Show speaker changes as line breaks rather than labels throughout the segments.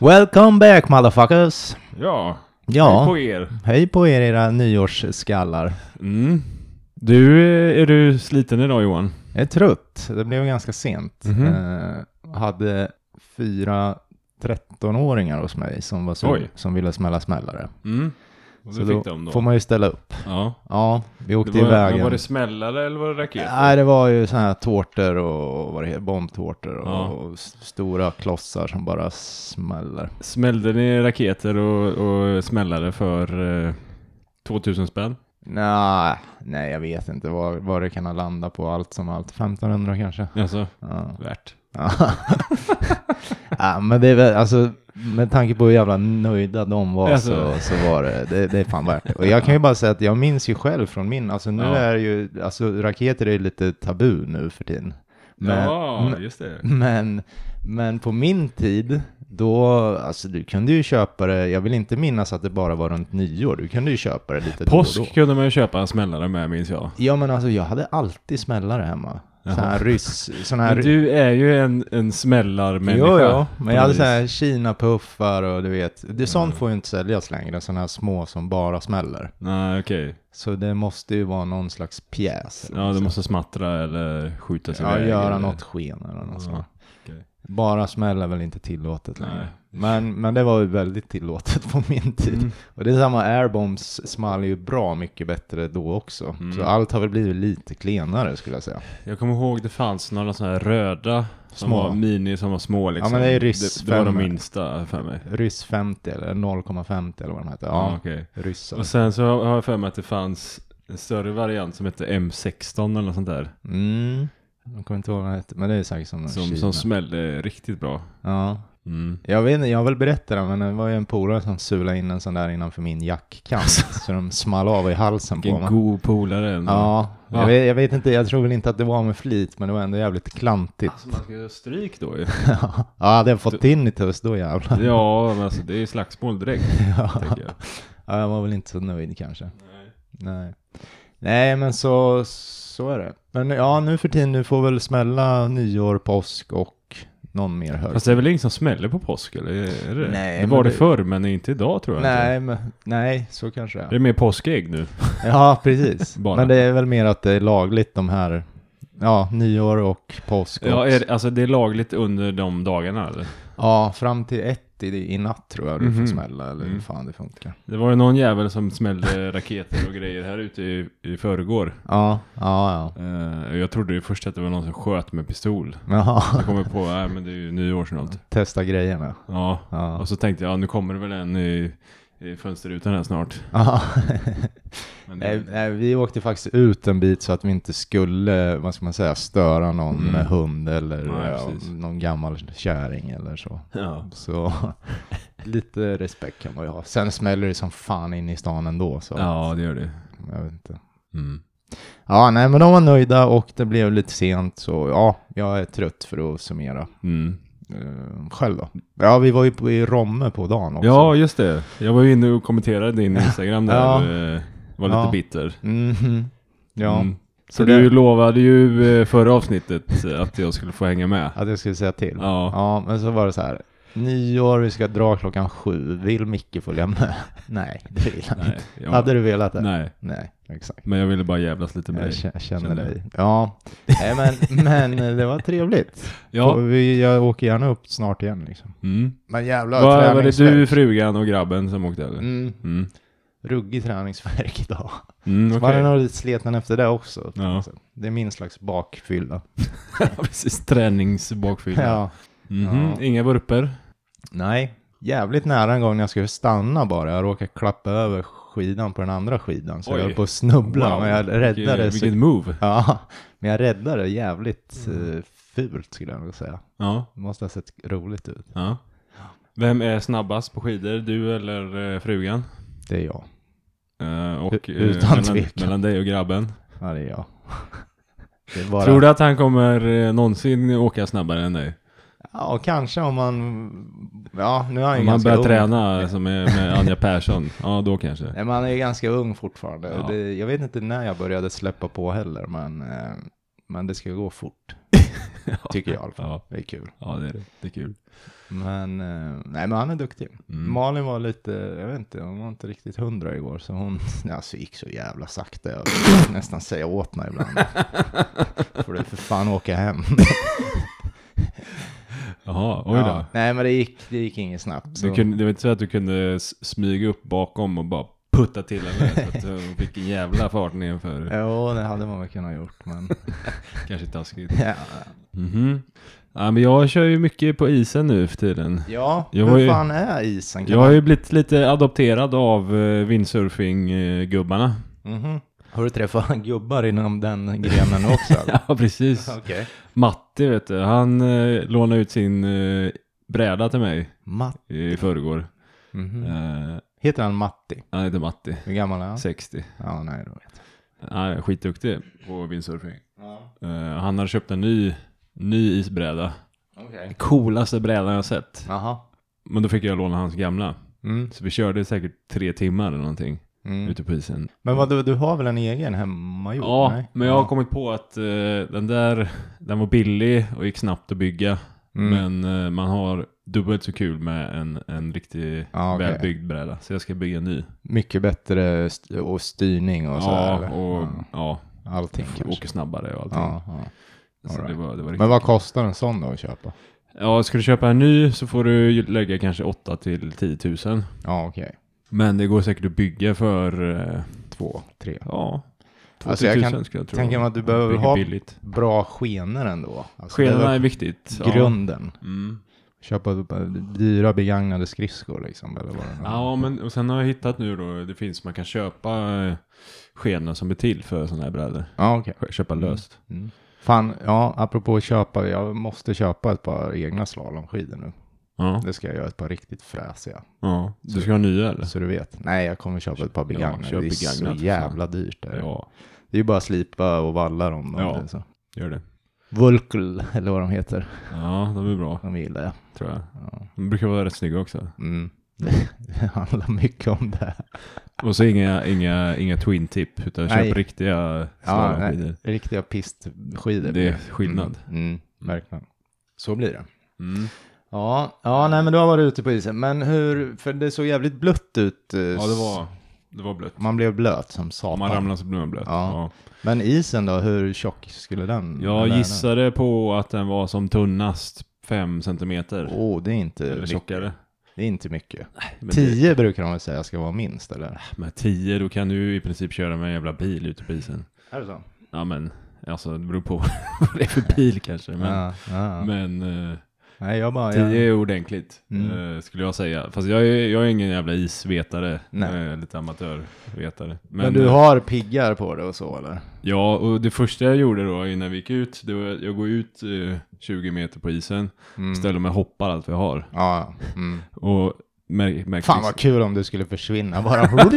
Welcome back motherfuckers.
Ja.
Ja,
hej På er.
hej på er era nyårsskallar.
Mm. Du, eh, är du sliten idag Johan?
Jag är trött. Det blev ganska sent.
Mhm.
Eh, hade fyra 13-åringar hos mig som, var så,
Oj.
som ville smälla smällare.
Mm. Och
Så
du fick dem då?
får man ju ställa upp.
Ja.
Ja, vi åkte
Det var,
iväg.
men var det smällare eller var det raketer?
Nej, det var ju sådana här tårtor och vad det heter, bombtårtor och,
Ja.
och s- stora klossar som bara smäller.
Smällde ni raketer och, och smällare för eh, 2000 spänn?
Nej, nej, jag vet inte vad, vad det kan ha landat på allt som allt. 1500 kanske.
Alltså,
Ja.
värt.
ja, men det är väl, alltså, med tanke på hur jävla nöjda de var
Alltså.
så, så var det, det, det är fan värt det. Och jag kan ju bara säga att jag minns ju själv från min, alltså nu
Ja.
är ju, alltså raketer är ju lite tabu nu för tiden. Men,
ja, just det.
men, men på min tid, då, alltså du kunde ju köpa det, jag vill inte minnas att det bara var runt nyår, du kunde ju köpa det lite då och
Påsk
då.
kunde man ju köpa en smällare med minns jag.
Ja men alltså jag hade alltid smällare hemma. Sån här ryss, sån här
Men du är ju en, en smällarmänniska.
Jo, jo, men jag hade
Precis.
så här Kina-puffar och du vet. Det, sånt
Mm.
får ju inte säljas längre, sådana här små som bara smäller.
Nej, okej.
Så det måste ju vara någon slags pjäs.
Ja, du måste smattra eller skjuta sig
Ja,
iväg
göra
eller-
något alltså. sken eller något sånt.
okej.
Bara smäll är väl inte tillåtet längre.
Nej.
Men, men det var ju väldigt tillåtet på min tid.
Mm.
Och det är samma, airbombs small ju bra mycket bättre då också.
Mm.
Så allt har väl blivit lite klenare skulle jag säga.
Jag kommer ihåg det fanns några sådana här röda som
Små.
var mini, som var små liksom.
men det är ryss-
Det, det var de
femmor.
minsta för mig.
Ryss 50 eller 0,50 eller vad de heter.
Ja,
Ja,
okej.
ryssar.
Och sen så har jag för mig att det fanns en större variant som hette M16 eller något sånt där.
Mm. Jag kommer inte ihåg vad den hette, men det är säkert som,
Som,
Kina.
som smällde riktigt bra.
Ja.
Mm.
Jag vet inte, jag har väl berättat det, men det var ju en polare som sulade in en sån där innanför min jackkant. så de small av i halsen på
Alltså. Vilken
mig.
god polare ändå.
Ja,
Ja.
jag vet, jag vet inte, jag tror väl inte att det var med flit, men det var ändå jävligt klantigt.
Alltså man ska ju ha stryk då ju.
ja, hade jag fått tinnitus då jävlar.
Ja, men alltså det är ju slagsmål direkt. tänker jag.
Ja, jag var väl inte så nöjd kanske. Nej. Nej, men så, så är det. Men ja, nu för tiden, nu får väl smälla nyår, påsk och någon mer hög.
Fast det är väl ingen som smäller på påsk eller? Är det?
Nej,
det
men
var det
det-
förr men inte idag tror jag inte.
Nej, men, nej, så kanske det är.
Det är mer påskägg nu.
Ja, precis.
Bara.
Men det är väl mer att det är lagligt de här, ja, nyår och påsk. och-
Ja, är, det- alltså det är lagligt under de dagarna eller?
ja fram till ett i, i natt tror jag du får
Mhm.
smälla, eller hur
Mm.
fan det funkar.
Det var ju någon jävel som smällde raketer och grejer här ute i, i förrgår.
Ja, ja, ja.
Eh, jag trodde ju först att det var någon som sköt med pistol.
Jaha,
Jag kommer på, nej men det är ju nyårsnålt.
testa grejerna.
Ja.
Ja.
Och så tänkte jag, ja, nu kommer det väl en i, i fönsterrutan här snart.
Ja.
Men
nej,
det,
nej, vi åkte faktiskt ut en bit så att vi inte skulle, vad ska man säga, störa någon
Mm.
med hund eller
Nej,
ja,
precis.
någon gammal käring eller så.
ja.
Så lite respekt kan man ju ha. Sen smäller det som fan in i stan ändå. Så
ja, det gör det.
jag vet inte.
Mm.
Ja, nej, men de var nöjda och det blev lite sent, så ja, jag är trött för att summera.
Mm.
Eh, själv då? Ja, vi var ju på, i Romme på dagen också.
Ja, just det. Jag var ju inne och kommenterade din Instagram där.
Ja.
eh, Var lite
Ja.
bitter.
Mhm. Ja,
Mm.
Så
Så du
det-
lovade ju eh, förra avsnittet eh, att jag skulle få hänga med.
att jag skulle säga till.
Ja.
ja, men så var det så här. Nyår, vi ska dra klockan sju. Vill Micke följa med? Nej, det vill han
Nej,
inte.
jag,
Hade du velat det?
nej,
Nej, exakt.
men jag ville bara jävlas lite med
Jag
dig.
k- känner
Känner
dig. Ja, nej, men, men eh, det var trevligt. Och
Ja.
Vi, jag åker gärna upp snart igen liksom.
Mm.
Men jävla
Var, var det du, frugan och grabben som åkte eller?
Mm,
Mm.
ruggig träningsvärk idag.
Mm,
Man är
okej.
nog lite sliten efter det också. på
Ja.
något sätt. Det är min slags bakfylla.
Precis, träningsbakfylla.
Ja.
Mhm,
Ja.
Inga vurper.
Nej, jävligt nära en gång när jag skulle stanna bara. Jag råkade klappa över skidan på den andra skidan. Så
Oj.
jag höll på att snubbla, men jag räddade
vilket,
det.
vilket
Så...
move.
Ja, men jag räddade det
Mm.
jävligt eh, fult skulle jag nog säga.
Ja.
Det måste ha sett roligt ut.
ja. Vem är snabbast på skidor? Du eller eh, frugan?
Det är jag.
Eh, och,
U-
eh,
utan
mellan,
tvekan.
mellan dig och grabben.
Ja, det är jag. Det är bara...
Tror du att han kommer eh, någonsin åka snabbare än dig?
Ja, kanske om man... Ja, nu är han ju
Om han
ganska
börjar
ung.
träna eh, som är med Anja Persson, ja då kanske.
Nej, men han är ju ganska ung fortfarande.
Ja.
Det, jag vet inte när jag började släppa på heller, men, eh, men det ska ju gå fort. Tycker jag i alla fall.
Ja,
Det är kul.
ja det, är, det. det är kul.
Men, eh, nej, men han är duktig.
Mm.
Malin var lite, jag vet inte, hon var inte riktigt hundra igår. Så hon alltså, gick så jävla sakta. Jag vill nästan säga åt mig ibland. Får du för fan åka hem.
Jaha, oj då.
Ja, nej men det gick, det gick inget snabbt.
Du
Så.
kunde, det var inte så att du kunde s- smyga upp bakom och bara putta till henne så att hon fick en jävla fart nerför.
Jo, det hade man väl kunnat gjort. Men,
Kanske taskigt.
ja, Mm-hmm.
Mhm. Ja, men jag kör ju mycket på isen nu för tiden.
ja
Jag var
hur
ju-
fan är isen? Kan
Jag har ju blivit lite adopterad av eh, windsurfinggubbarna.
man... Mhm. Har du träffat gubbar inom den grenen också? eller?
Ja, precis.
Okej.
Matti, vet du, han eh, lånade ut sin eh, bräda till mig
Matt...
i förrgår.
Mhm.
Eh,
Heter han Matti?
han heter Matti,
Hur gammal är han?
60.
Ja, nej, då vet
Han är skitduktig på windsurfing.
jag.
Eh, han har köpt en ny, ny isbräda.
Okej.
Coolaste brädan jag sett.
Jaha.
Men då fick jag låna hans gamla.
Mm.
Så vi körde säkert tre timmar eller någonting
Mm.
ute på isen.
Men vad, du, du har väl en egen hemmagjord?
Ja,
nej?
men jag har
Ja.
kommit på att eh, den där, den var billig och gick snabbt att bygga.
Mm.
Men eh, man har dubbelt så kul med en, en riktig
Ja, okej.
välbyggd bräda. Så jag ska bygga en ny.
Mycket bättre st- och styrning och sådär?
ja,
eller?
och
Ja.
ja.
Allting kanske?
åker snabbare och allting.
Ja, ja.
Så
alright.
det var, det var
Men
riktigt.
vad kostar en sån då att köpa?
Ja, ska du köpa en ny så får du ju lägga kanske 8 till 10 000.
Ja, okej.
Men det går säkert att bygga för, eh,
Två, tre.
ja, 2
Alltså, jag
000
kan
skulle jag tro.
tänka mig att du
Ja,
behöver
bygger
ha-
billigt.
Bra skenor ändå. Alltså, det
Skenorna
var
är viktigt.
Grunden.
Ja. Mm.
Köpa upp- eh, dyra begagnade skridskor liksom. Eller vad det nu är.
Ja, men och sen har jag hittat nu då, det finns, man kan köpa eh, skenor som är till för sådana här brädor.
ja okej.
Köpa löst.
Mm. Fan, ja, apropå att köpa. Jag måste köpa ett par egna slalomskidor nu.
Ja.
Det ska jag göra, ett par riktigt fräsiga.
ja. Du ska ha nya eller?
Så du vet. Nej, jag kommer köpa ett par begagnade.
köp
det är
begagnat, för
så
fan.
jävla dyrt. Det, är.
Ja,
det är ju bara att slipa och valla dem. om
Ja.
det är så.
gör det.
Vulkul, eller vad de heter.
Ja, de är bra
De gillar jag.
tror jag.
Ja.
De brukar vara rätt snygga också.
Mm. Det, det handlar mycket om det.
Och så inga, inga, inga twin tip, utan
Nej.
köp riktiga
Ja,
slalomskidor.
nej, riktiga pistskidor.
det är skillnad.
Mm, mm, verkligen. Så blir det.
Mm.
Ja, ja, nej men du har varit ute på isen. Men hur, för det såg jävligt blött ut. eh,
Ja, det var, det var blött.
Man blev blöt som satan.
Om man ramlar så blir man blöt.
Ja. Mm,
Ja.
Men isen då, hur tjock skulle den? eller är
Jag
den-
gissade på att den var som tunnast 5 centimeter.
Åh, oh, det är inte...
eller tjockare.
Det är inte mycket.
Men det-
Tio brukar de väl säga ska vara minst, eller?
Med 10 då kan du i princip köra med en jävla bil ute på isen.
Är det så?
Ja men, alltså det beror på vad det är för bil kanske. Men,
ja, ja.
men eh,
Nej, jag bara...
10
Jag,
är ordentligt
Mm.
eh, skulle jag säga. Fast jag är, jag är ingen jävla isvetare.
Nej.
Jag är lite amatörvetare.
men, du
eh,
har piggar på det och så, eller?
Ja, och det första jag gjorde då innan vi gick ut, det var jag går ut eh, 20 meter på isen,
Mm.
ställer mig och hoppar allt vad jag har.
Ja, ja. mm.
Och mär, märker
Fan vad
liksom-
kul om du skulle försvinna bara.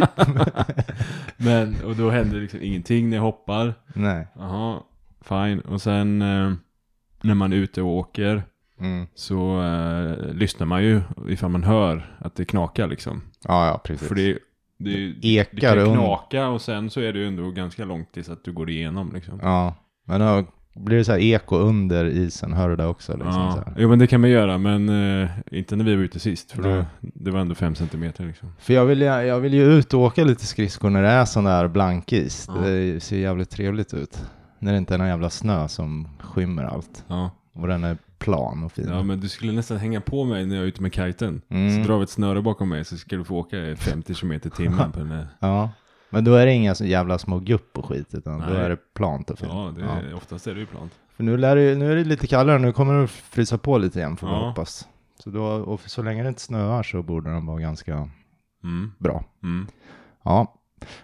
men, och då händer liksom ingenting när jag hoppar.
Nej.
Jaha, fine. Och sen eh, när man är ute och åker
Mm.
så eh, lyssnar man ju ifall man hör att det knakar liksom.
Ja, ja, precis.
För det, det, det
Ekar
kan ju
un-
knaka och sen så är det ju ändå ganska långt tills att du går igenom liksom.
Ja, men då blir det så här eko under isen, hör du det också? Liksom, så
Ja,
här.
jo men det kan man göra, men eh, inte när vi var ute sist, för
Nej.
då, det var ändå fem centimeter liksom.
För jag vill, ju- jag vill ju ut och åka lite skridskor när det är sån där blankis.
Ja.
Det ser jävligt trevligt ut. När det inte är någon jävla snö som skymmer allt.
Ja.
Och den är plan och fin.
ja, men du skulle nästan hänga på mig när jag är ute med kiten.
Mm.
Så drar vi ett snöre bakom mig så ska du få åka i 50 km i timmen på den där.
Ja. Men då är det inga så jävla små gupp och skit, utan då
Nej.
är det plant och fint.
Ja, det, är- oftast är det ju plant.
För nu, lär det, ju- nu är det lite kallare, nu kommer det att frysa på lite igen får vi
Ja.
hoppas. Så då, och för så länge det inte snöar så borde den vara ganska
Mm,
bra.
mm,
Ja,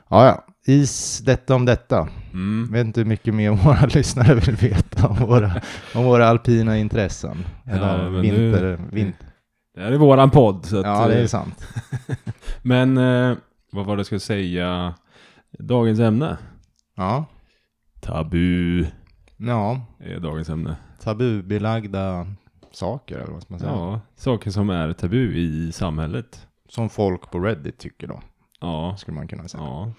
ja, ja. is, detta om detta. Jag
mm.
vet inte hur mycket mer våra lyssnare vill veta om våra, om våra alpina intressen.
Ja,
Eller
men
vinter, vin,
Det här är våran podd. Så att,
Ja, det är
eh,
sant.
Men eh, vad var det jag skulle säga? Dagens ämne.
Ja,
Tabu
ja
är dagens ämne.
tabubelagda saker eller vad ska man säga.
Ja, saker som är tabu i samhället.
Som folk på Reddit tycker då,
Ja,
skulle man kunna säga.
ja.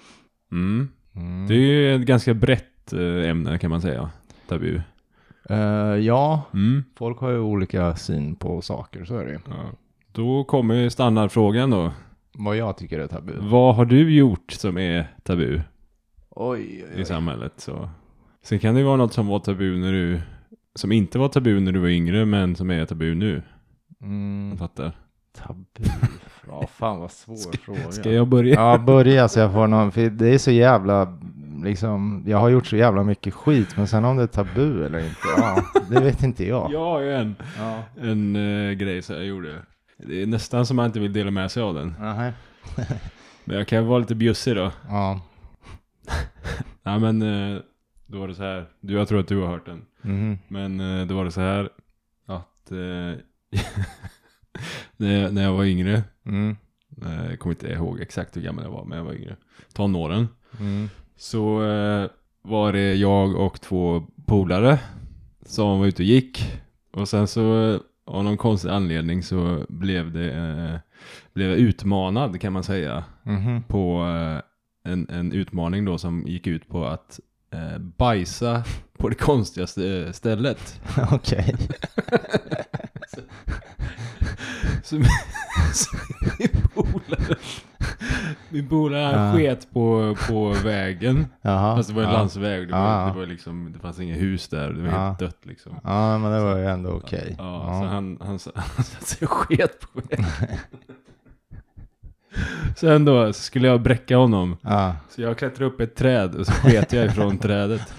Mm.
Mm.
Det är ju ett ganska brett eh, ämne kan man säga. Tabu.
Eh, ja,
Mm.
folk har ju olika syn på saker, så är det ju.
Ja. Då kommer ju standardfrågan då.
Vad jag tycker är tabu.
Vad har du gjort som är tabu
Oj,
i samhället? Så. Sen kan det ju vara något som var tabu när du, som inte var tabu när du var yngre men som är tabu nu.
Mm,
Fattar.
tabu. Ja, fan vad svår fråga.
Ska jag börja?
Ja, börja så jag får någon, för det är så jävla, liksom, jag har gjort så jävla mycket skit, men sen om det är tabu eller inte, ja, det vet inte jag.
Jag har ju en,
Ja.
en eh, grej som jag gjorde. Det är nästan som man inte vill dela med sig av den.
Nähä.
Men jag kan vara lite bjussig då.
Ja.
Nej men, eh, då var det så här. Du, jag tror att du har hört den.
Mhm.
Men eh, då var det så här att eh, när, jag, när jag var yngre,
Mm.
eh, jag kommer inte ihåg exakt hur gammal jag var, men jag var yngre. Tonåren.
Mm.
Så eh, var det jag och två polare som var ute och gick. Och sen så eh, av någon konstig anledning så blev det eh, blev jag utmanad kan man säga
Mhm.
på eh, en, en utmaning då som gick ut på att eh, bajsa på det konstigaste eh, stället.
Okej.
Så min, så min polare, min polare han
Ja.
sket på, på vägen.
Jaha.
Fast det var en
ja.
landsväg, det var,
Ja.
det, var liksom, det fanns inga hus där, det var
Ja.
helt dött liksom.
Ja, men det var ju ändå okej.
Ja, så han, han, s- han satte sig och sket på vägen. Sen då så skulle jag bräcka honom.
Ja.
Så jag klättrade upp i ett träd och så sket jag ifrån trädet.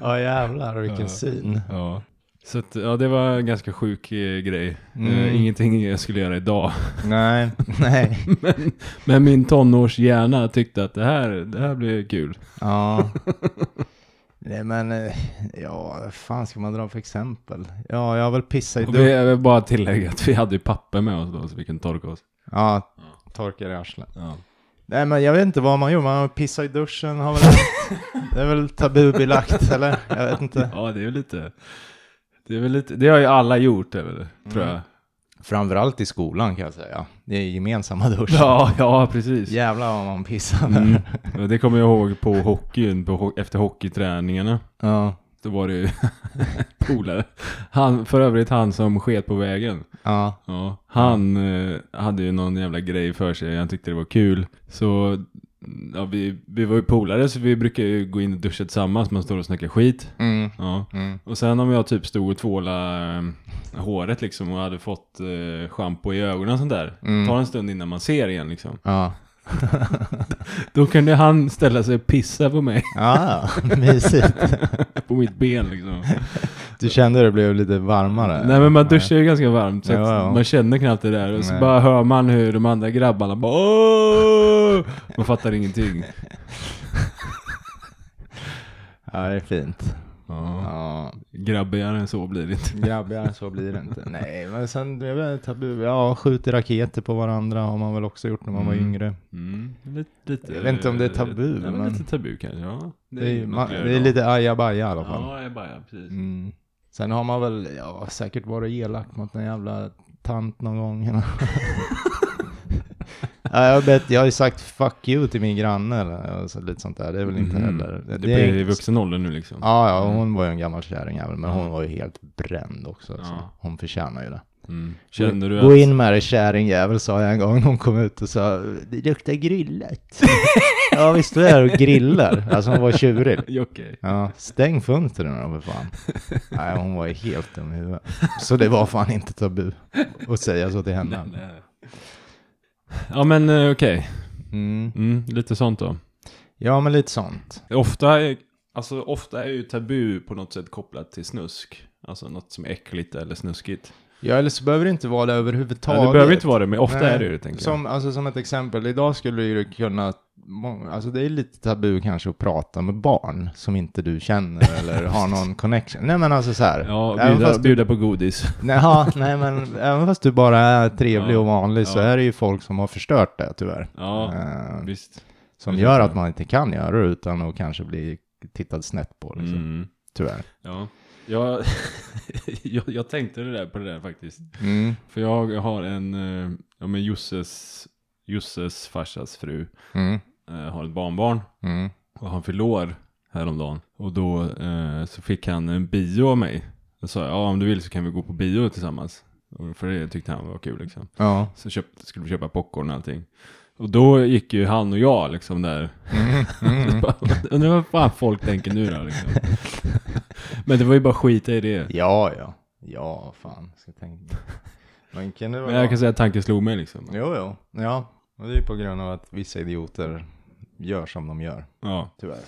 Ja, jävlar vilken
Ja.
syn.
Ja. Så att, ja, det var en ganska sjuk eh, grej.
Mm.
Eh, ingenting jag skulle göra idag.
Nej, nej.
Men, men min tonårshjärna tyckte att det här, det här blir kul.
Ja. Nej men, eh, ja, vad fan ska man dra för exempel? Ja, jag har väl pissat i
Och vi,
duschen.
jag vill bara tillägga att vi hade ju papper med oss då så vi kunde torka oss.
Ja, torkar i arslet.
Ja.
Nej men jag vet inte vad man gör, man har pissat i duschen, har väl... det är väl tabubelagt eller? Jag vet inte.
Ja, det är väl lite... Det, är väl lite, det har ju alla gjort, det är väl, tror jag.
Framförallt i skolan kan jag säga. Det är gemensamma duschen.
Ja, ja, precis.
Jävlar vad man pissar.
Mm. Ja, Det kommer jag ihåg på hockeyn, på, ho- efter hockeyträningarna.
Ja.
Då var det ju polare. Han, för övrigt han som sket på vägen.
Ja.
Ja, han eh, hade ju någon jävla grej för sig, han tyckte det var kul. Så mm, ja, vi, vi var ju polare så vi brukar ju gå in och duscha tillsammans, man står och snackar skit.
Mm.
Ja.
Mm.
Och sen om jag typ stod och tvålade eh, håret liksom och hade fått eh, schampo i ögonen och sånt där.
Mm.
Tar en stund innan man ser igen liksom.
Ja.
Då kunde han ställa sig och pissa på mig,
Ja, mysigt.
på mitt ben liksom.
Du kände det blev lite varmare?
Nej men man duschar ju ganska varmt så att
Ja, ja.
man känner knappt det där. Och så
Nej.
bara hör man hur de andra grabbarna bara Åh! Man fattar ingenting.
Ja, det är fint.
Ja.
Ja.
Grabbigare än så blir det inte.
Grabbigare än så blir det inte. Nej, men sen, jag vet inte, tabu. Ja, skjuter raketer på varandra har man väl också gjort när man var
Mm.
yngre.
Mm, lite, lite,
Jag vet inte om det är tabu,
Nej, men
men-
lite tabu kanske. Ja.
Det är,
något
man,
vi gör
det är
idag.
lite ajabaja i alla fall.
Ja, jag bara, precis.
Mm. Sen har man väl, ja, säkert varit elak mot en jävla tant någon gång. ja, jag, vet, jag har ju sagt 'fuck you' till min granne eller så, lite sånt där. Det är väl inte
Mhm.
heller...
Det,
är
blir i
inte-
vuxen ålder nu liksom.
Ja, ja, hon var ju en gammal kärringjävel, men hon
Ja.
var ju helt bränd också. Så
Ja.
hon förtjänar ju det.
Mm. Känner du
Gå
att...
in med dig kärringjävel, sa jag en gång när hon kom ut och sa Det luktar grillat. ja, visst du är och grillar. Alltså hon var tjurig.
Ja, Okej.
Ja, stäng fönstren då för fan. Nej, hon var ju helt dum i huvudet. Så det var fan inte tabu att säga så till henne.
Nej. Ja men eh, okej,
Mm.
mm, lite sånt då.
Ja, men lite sånt.
Ofta är, alltså, ofta är ju tabu på något sätt kopplat till snusk. Alltså något som är äckligt eller snuskigt.
Ja, eller så behöver det inte vara det överhuvudtaget.
Ja, det behöver inte vara det, men ofta
Nej.
är det ju tänker jag.
Som, alltså, som ett exempel, idag skulle det ju kunna många, alltså det är lite tabu kanske att prata med barn som inte du känner eller har någon connection. Nej men alltså så här.
Ja,
även
bjuda,
fast du-
bjuda på godis.
Nej, ja, nej men även fast du bara är trevlig
Ja,
och vanlig så
ja.
är det ju folk som har förstört det tyvärr.
Ja,
Eh,
visst.
som
precis
gör
så.
att man inte kan göra det utan att kanske bli tittad snett på liksom.
Mm.
Tyvärr.
Ja. Jag, jag, jag tänkte det där på det där faktiskt.
Mm.
För jag har en, eh, ja men Jusses, Jusses farsas fru
Mm.
eh, har ett barnbarn
Mm.
och han fyllde år häromdagen. Och då eh, så fick han en bio av mig. Då sa jag, ja om du vill så kan vi gå på bio tillsammans. Och För det tyckte han var kul liksom.
Ja.
Så köpte, skulle vi köpa popcorn och allting. Och då gick ju han och jag liksom där.
Mm. Mm.
Undrar vad fan folk tänker nu då liksom. Men det var ju bara skita i det.
Ja, ja. Ja, fan. Ska tänka. Men kan det
Men
vara...
jag kan säga att tanken slog mig liksom.
Jo, jo. Ja. Och det är ju på grund av att vissa idioter gör som de gör.
Ja.
Tyvärr.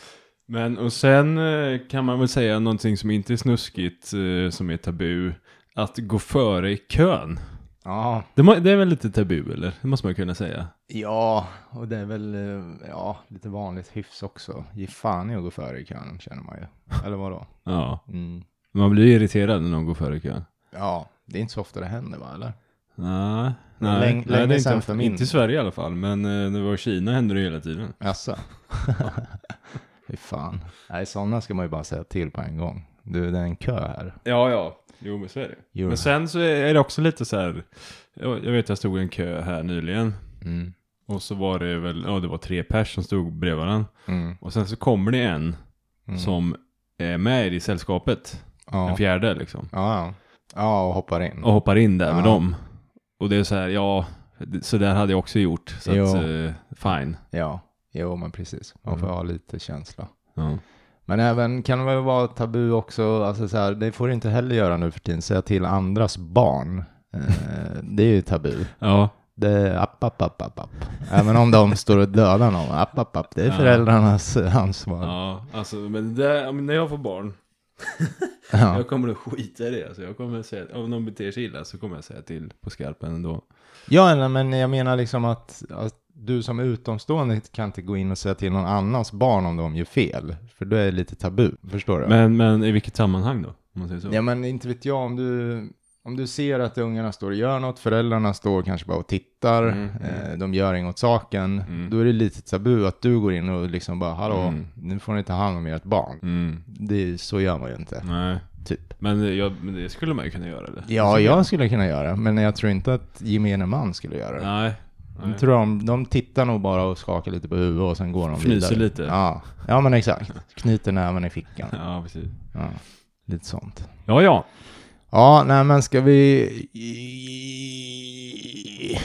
Men och sen eh, kan man väl säga någonting som inte är snuskigt, eh, som är tabu. Att gå före i kön.
Ja.
Det, må, det är väl lite tabu eller? Det måste man kunna säga.
Ja, och det är väl eh, ja, lite vanligt hyfs också. Ge fan i att gå före i kön, känner man ju. Eller vadå?
Ja.
Mm.
Man blir ju irriterad när någon går före i kön.
Ja, det är inte så ofta det händer, va? Eller?
Nej,
Läng-
nej. nej,
länge
det är inte,
sedan
ofta-
för min-
inte i Sverige i alla fall, men eh, när det var i Kina hände det hela tiden.
Jaså? Fy fan. Nej, sådana ska man ju bara säga till på en gång. Du, det är en kö här.
Ja, ja. Jo, men så är det.
Jo.
Men sen så är det också lite så här. Jag, jag vet jag stod i en kö här nyligen.
Mm.
Och så var det väl, ja det var tre pers som stod bredvid varandra.
Mm.
Och sen så kommer det en
Mm.
som är med i sällskapet.
Ja.
En fjärde liksom.
Ja, ja. ja, och hoppar in.
Och hoppar in där med
Ja.
dem. Och det är så här, ja. det- Så där hade jag också gjort. Så
Jo.
att, eh, fine.
Ja, jo men precis. Man får
Mm.
ha lite känsla.
Ja.
Men även kan det väl vara tabu också, alltså så här, det får du inte heller göra nu för tiden, säga till andras barn. Eh, det är ju tabu.
ja.
Det är app, app, app, app, app. Även om de står och dödar någon, app, app, app. Det är
Ja.
föräldrarnas ansvar.
Ja, alltså men det, där- ja, men när jag får barn,
Ja.
jag kommer att skita i det. Alltså, jag kommer att säga, om de beter sig illa så kommer jag säga till på skarpen ändå.
ja, nej, men jag menar liksom att, att du som utomstående kan inte gå in och säga till någon annans barn om de gör fel. För då är det lite tabu, förstår du?
Men, men i vilket sammanhang då? Om man säger så.
Ja men inte vet jag om du, om du ser att ungarna står och gör något, föräldrarna står kanske bara och tittar,
Mm,
eh, de gör inget åt saken,
Mm.
då är det lite tabu att du går in och liksom bara hallå,
Mm.
nu får ni ta hand om ert barn.
Mm,
Det, är- så gör man ju inte,
nej,
typ.
men, eh, jag, men det skulle man ju kunna göra eller? Alltså,
Ja,
Så-
jag skulle kunna göra, men jag tror inte att gemene man skulle göra det.
Nej.
Jag
nej.
tror de, de tittar nog bara och skakar lite på huvudet och sen går de
Fnyser
vidare.
lite.
Ja. ja, men exakt. Knyter näven i fickan.
Ja, precis.
Ja. Lite sånt.
Ja, ja.
Ja, nej men ska vi...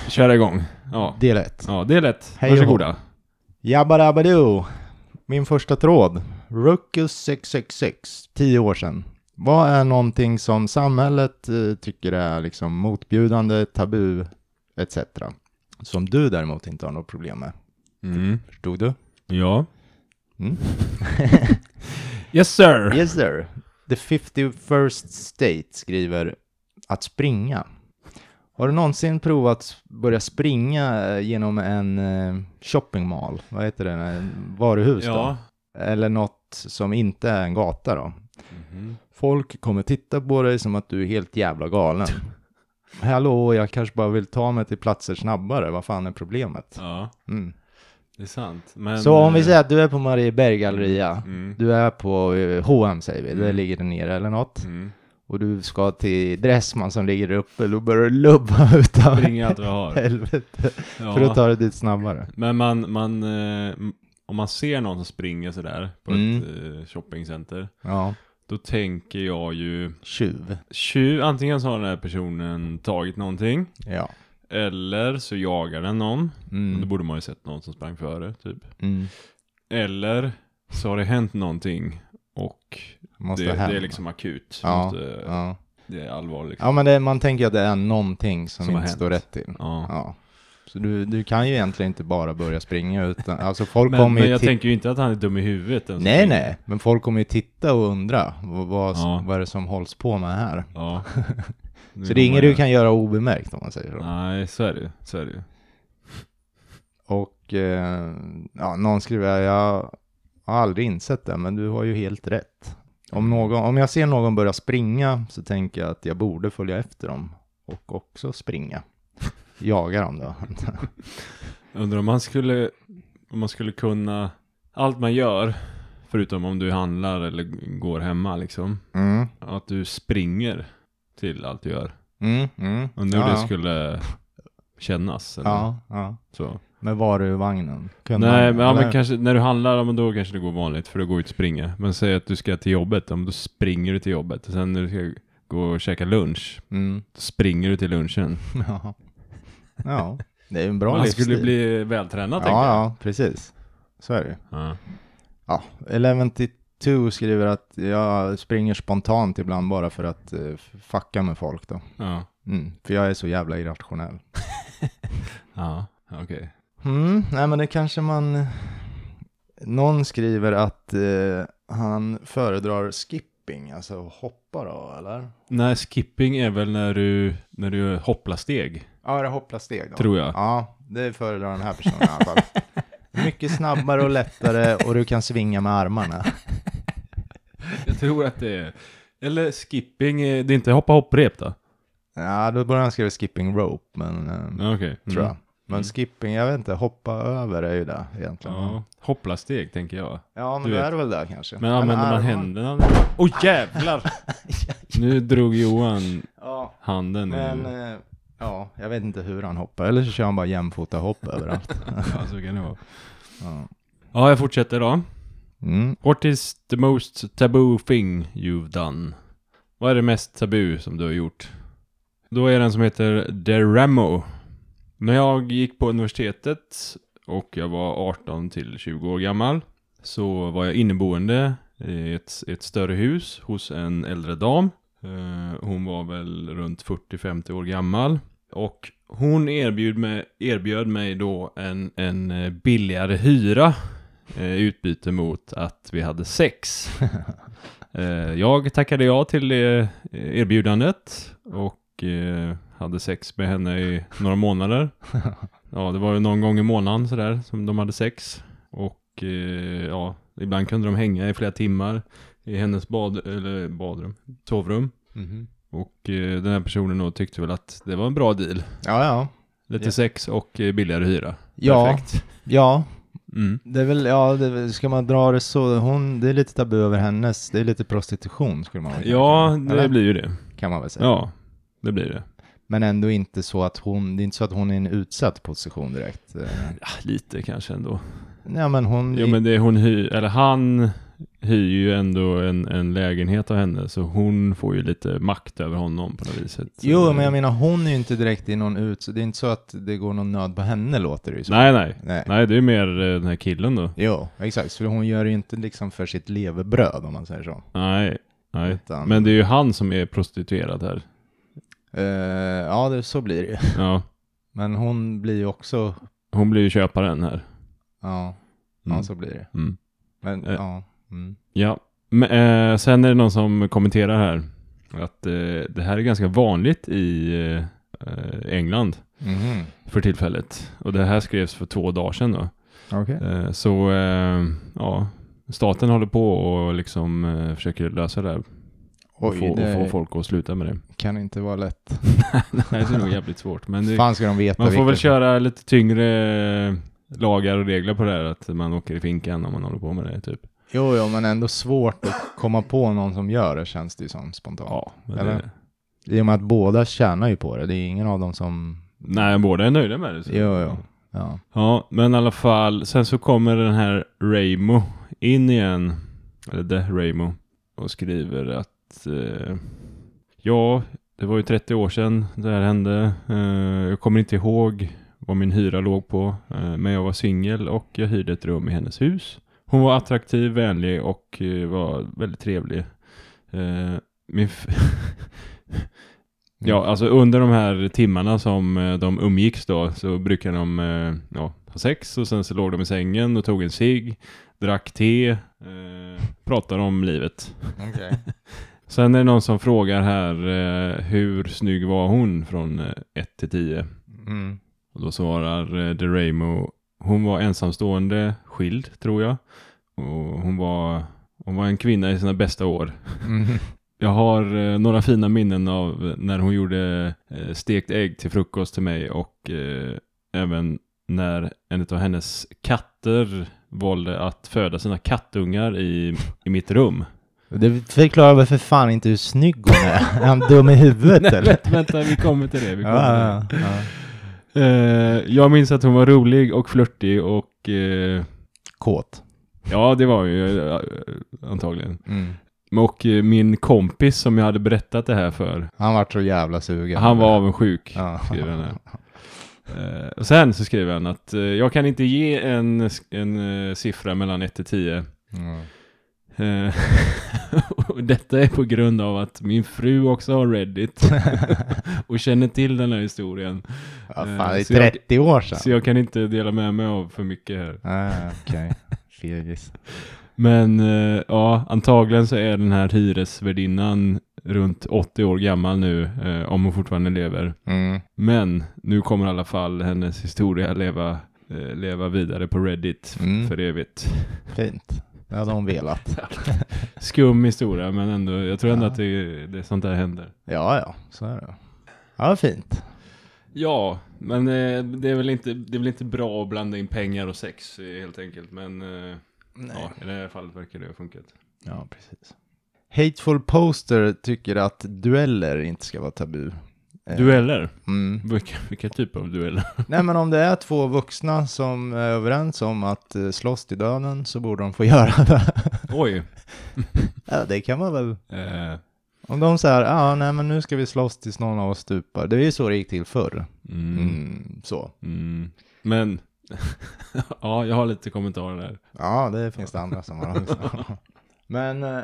Kör igång. Ja,
Del 1.
ja det är lätt.
Hej och
Varsågoda.
Jabba dabba doo. Min första tråd. Ruckus 666. 10 år sedan. Vad är någonting som samhället eh, tycker är liksom motbjudande, tabu, etc. Som du däremot inte har något problem med.
Mm.
Förstod du?
Ja.
Mm.
Yes sir.
Yes sir. The 51st State skriver att springa. Har du någonsin provat att börja springa eh, genom en eh, shopping mall? Vad heter det? En varuhus då?
Ja.
Eller något som inte är en gata då?
Mhm.
Folk kommer titta på dig som att du är helt jävla galen. Hallå, jag kanske bara vill ta mig till platser snabbare. Vad fan är problemet?
Ja,
Mm.
det är sant. Men,
Så om vi
eh,
säger att du är på Marieberg galleria.
Mm.
Du är på eh, H&M säger vi. Det
Mm.
ligger där nere eller något
Mm.
och du ska till Dressman som ligger där uppe, då börjar du lubba utav
Springa allt vad jag har.
helvete
Ja.
för att ta dig dit snabbare.
Men man, man, eh, m- om man ser någon som springer sådär på
Mm.
ett eh, shoppingcenter,
Ja,
då tänker jag ju,
tjuv.
tju, antingen så har den här personen tagit någonting,
Ja.
eller så jagar den någon. Då
Mm.
borde man ju sett någon som sprang före, typ.
Mm.
Eller så har det hänt någonting och
Måste
det,
hem.
det är liksom akut.
Ja,
Måste,
ja.
Det är allvarligt. Liksom.
ja, men det, man tänker att det är någonting som,
Som har
inte står
hänt.
rätt till.
Ja.
Ja. Så du, du kan ju egentligen inte bara börja springa utan, alltså folk
Men,
kommer
men
ju
jag
titta-
tänker ju inte att han är dum i huvudet. den som
Nej,
springer.
nej, men folk kommer ju titta och undra vad, vad,
Ja.
vad är det som hålls på med här?
Ja.
Så det är inget du kan göra obemärkt om man säger så.
Nej, så är det ju. Så är det ju.
Och eh, ja, någon skriver, jag har aldrig insett det, men du har ju helt rätt. Om, någon, om jag ser någon börja springa så tänker jag att jag borde följa efter dem och också springa. Jaga dem då.
Undrar om man skulle, om man skulle kunna, allt man gör, förutom om du handlar eller går hemma liksom,
Mm,
att du springer till allt du gör.
mm, mm.
Undrar
ja,
hur det
ja.
skulle kännas. Eller?
Ja, ja.
Så.
Med varuvagnen. Kunde
Nej,
man-
men, ja,
eller?
men kanske, när du handlar, ja, men då kanske det går vanligt, för då går ju att springa. Men säg att du ska till jobbet, ja, men då springer du till jobbet. Och sen när du ska gå och käka lunch,
Mm,
då springer du till lunchen.
ja. ja, det är ju en bra
Man
livsstil.
skulle bli vältränad, tänker
ja,
jag.
ja, precis. Så är det ju.
Ja.
Ja, Eleventy2 skriver att jag springer spontant ibland bara för att eh, fucka med folk då.
Ja,
Mm, för jag är så jävla irrationell.
ja. okej.
Mm, nej men det kanske man... Någon skriver att eh, han föredrar skipping, alltså hoppa då, eller?
Nej, skipping är väl när du, när du hopplar steg,
Ja, det hoppla steg då.
tror jag.
Ja, det föredrar den här personen i alla fall. Mycket snabbare och lättare och du kan svinga med armarna.
Jag tror att det är... Eller skipping, är, det är inte hoppa hopprep då?
Ja, då borde han skriva skipping rope, men... Eh,
Ja, Okej. Mm.
tror jag. Men
Mm.
skipping, jag vet inte, hoppa över är ju det egentligen.
Ja, hoppla steg tänker jag.
Ja, men
Du
det
vet.
är väl det kanske.
Men använder man
armarna-
händerna? Oj jävlar! nu drog Johan
Ja,
handen
men
men,
eh, ja, jag vet inte hur han hoppar. Eller så kör han bara jämfota hopp överallt.
Ja, så kan det vara.
Ja.
Ja, jag fortsätter då.
Mm.
What is the most taboo thing you've done? Vad är det mest tabu som du har gjort? Då är den som heter Deramo. När jag gick på universitetet och jag var 18 till 20 år gammal så var jag inneboende i ett, ett större hus hos en äldre dam. Eh, Hon var väl runt 40-50 år gammal. Och hon erbjöd mig, erbjöd mig då en, en eh, billigare hyra eh, i utbyte mot att vi hade sex. Eh, jag tackade ja till eh, erbjudandet och eh, hade sex med henne i några månader. Ja, det var ju någon gång i månaden sådär som de hade sex. Och eh, ja, ibland kunde de hänga i flera timmar i hennes bad, eller badrum, sovrum. Och eh, den här personen då tyckte väl att det var en bra deal.
Ja, ja.
Lite
Ja.
sex och eh, billigare hyra.
Ja.
Perfekt.
Ja,
Mm.
det är väl, ja, det är väl, ska man dra det så, hon, det är lite tabu över hennes, det är lite prostitution skulle man väl kunna
Ja,
säga.
det
Eller?
blir ju det.
kan man väl säga.
Ja, det blir det.
Men ändå inte så att hon, det är inte så att hon är i en utsatt position direkt. Eh,
Ja, lite kanske ändå.
Nej, men hon,
Jo men det är hon hyr, eller han hyr ju ändå en, en lägenhet av henne så hon får ju lite makt över honom på något viset. Så
Jo,
det-
men jag menar hon är ju inte direkt i någon ut, så det är inte så att det går någon nöd på henne låter det ju som.
Nej nej.
Nej.
Nej det är mer eh, den här killen då.
Jo, exakt. För hon gör det ju inte liksom för sitt levebröd om man säger så.
Nej. Nej.
Utan,
Men det är ju han som är prostituerad här.
eh, ja, det, så blir det ju.
Ja.
Men hon blir ju också,
Hon blir ju köparen här.
ja,
Mm.
ja så blir det.
Mm.
Men
Eh.
ja, mm.
Ja. Men, eh, sen är det någon som kommenterar här att eh, det här är ganska vanligt i eh, eh, England
Mhm.
för tillfället. Och det här skrevs för två dagar sedan då.
Okej.
Eh, Så eh, ja, staten håller på och liksom eh, försöker lösa det här och,
Oj,
få, och
det
få folk att sluta med det.
kan inte vara lätt.
Nej, det är nog jävligt svårt. Men det,
Fan ska de veta
man får
vilka-
väl köra lite tyngre eh, lagar och regler på det här att man åker i finkan om man håller på med det typ.
Jo, jo, men ändå svårt att komma på någon som gör det känns det ju som spontant.
Ja, men
Eller?
det,
I och med att båda tjänar ju på det. Det är ingen av dem som,
nej, båda är nöjda med det. typ, så-
jo, jo. Ja.
Ja, men i alla fall, sen så kommer den här Raymo in igen, eller The Raymo, och skriver att eh, ja, det var ju 30 år sedan det här hände. Eh, jag kommer inte ihåg vad min hyra låg på, eh, men jag var singel och jag hyrde ett rum i hennes hus. Hon var attraktiv, vänlig och eh, var väldigt trevlig. Eh, min f- Ja, alltså under de här timmarna som eh, de umgicks då så brukade de eh, ja, ha sex och sen så låg de i sängen och tog en cigg, drack te, eh, pratade om livet.
Okej.
Sen är det någon som frågar här eh, hur snygg var hon från 1 eh, till 10?
Mm.
Och då svarar eh, DeRamo Hon var ensamstående, skild tror jag. Och hon var, hon var en kvinna i sina bästa år.
Mm.
Jag har eh, några fina minnen av när hon gjorde eh, stekt ägg till frukost till mig och eh, även när en av hennes katter valde att föda sina kattungar i, i mitt rum.
Det förklarar väl för fan inte hur snygg hon är. Är han dum i huvudet
Nej,
eller?
vänta, vänta, vi kommer till det. Vi
Ja,
kommer till det.
ja, ja.
Eh, jag minns att hon var rolig och flörtig och eh,
Kåt.
ja, det var ju eh, antagligen.
Mm.
Och eh, min kompis som jag hade berättat det här för,
Han vart så jävla sugen.
han var avundsjuk.
Ja.
skriver han här. Eh, och sen så skriver han att eh, jag kan inte ge en, en eh, siffra mellan 1 till 10.
Mm.
Eh, och detta är på grund av att min fru också har Reddit och känner till den här historien.
Ja, fan, det är
Eh, Så jag-
30 år sedan.
Så jag kan inte dela med mig av för mycket här.
Ah, Okej, fegis.
Men eh, ja, antagligen så är den här hyresvärdinnan runt 80 år gammal nu, eh, om hon fortfarande lever.
Mm.
Men nu kommer i alla fall hennes historia leva, eh, leva vidare på Reddit f-
Mm.
för evigt.
Fint. Det hade hon velat.
Skum historia, men ändå, jag tror ändå
Ja.
att det, det sånt där händer.
Ja, ja, så är det. Ja, fint.
Ja, men eh, det, är väl inte, det är väl inte bra att blanda in pengar och sex eh, helt enkelt, men eh, ja, i det här fallet verkar det ha funkat.
Ja, precis. Hateful Poster tycker att dueller inte ska vara tabu. Eh,
Dueller?
Mm.
Vilka, vilka typer av dueller?
Nej, men om det är två vuxna som är överens om att eh, slåss till döden så borde de få göra det.
Oj!
ja, det kan man väl.
Eh,
Om de säger, ja, ah, nej, men nu ska vi slåss tills någon av oss stupar. Det är ju så det gick till förr.
mm.
Mm, så.
Mm. Men, ja, jag har lite kommentarer där.
Ja, det finns det andra som har också. Men eh,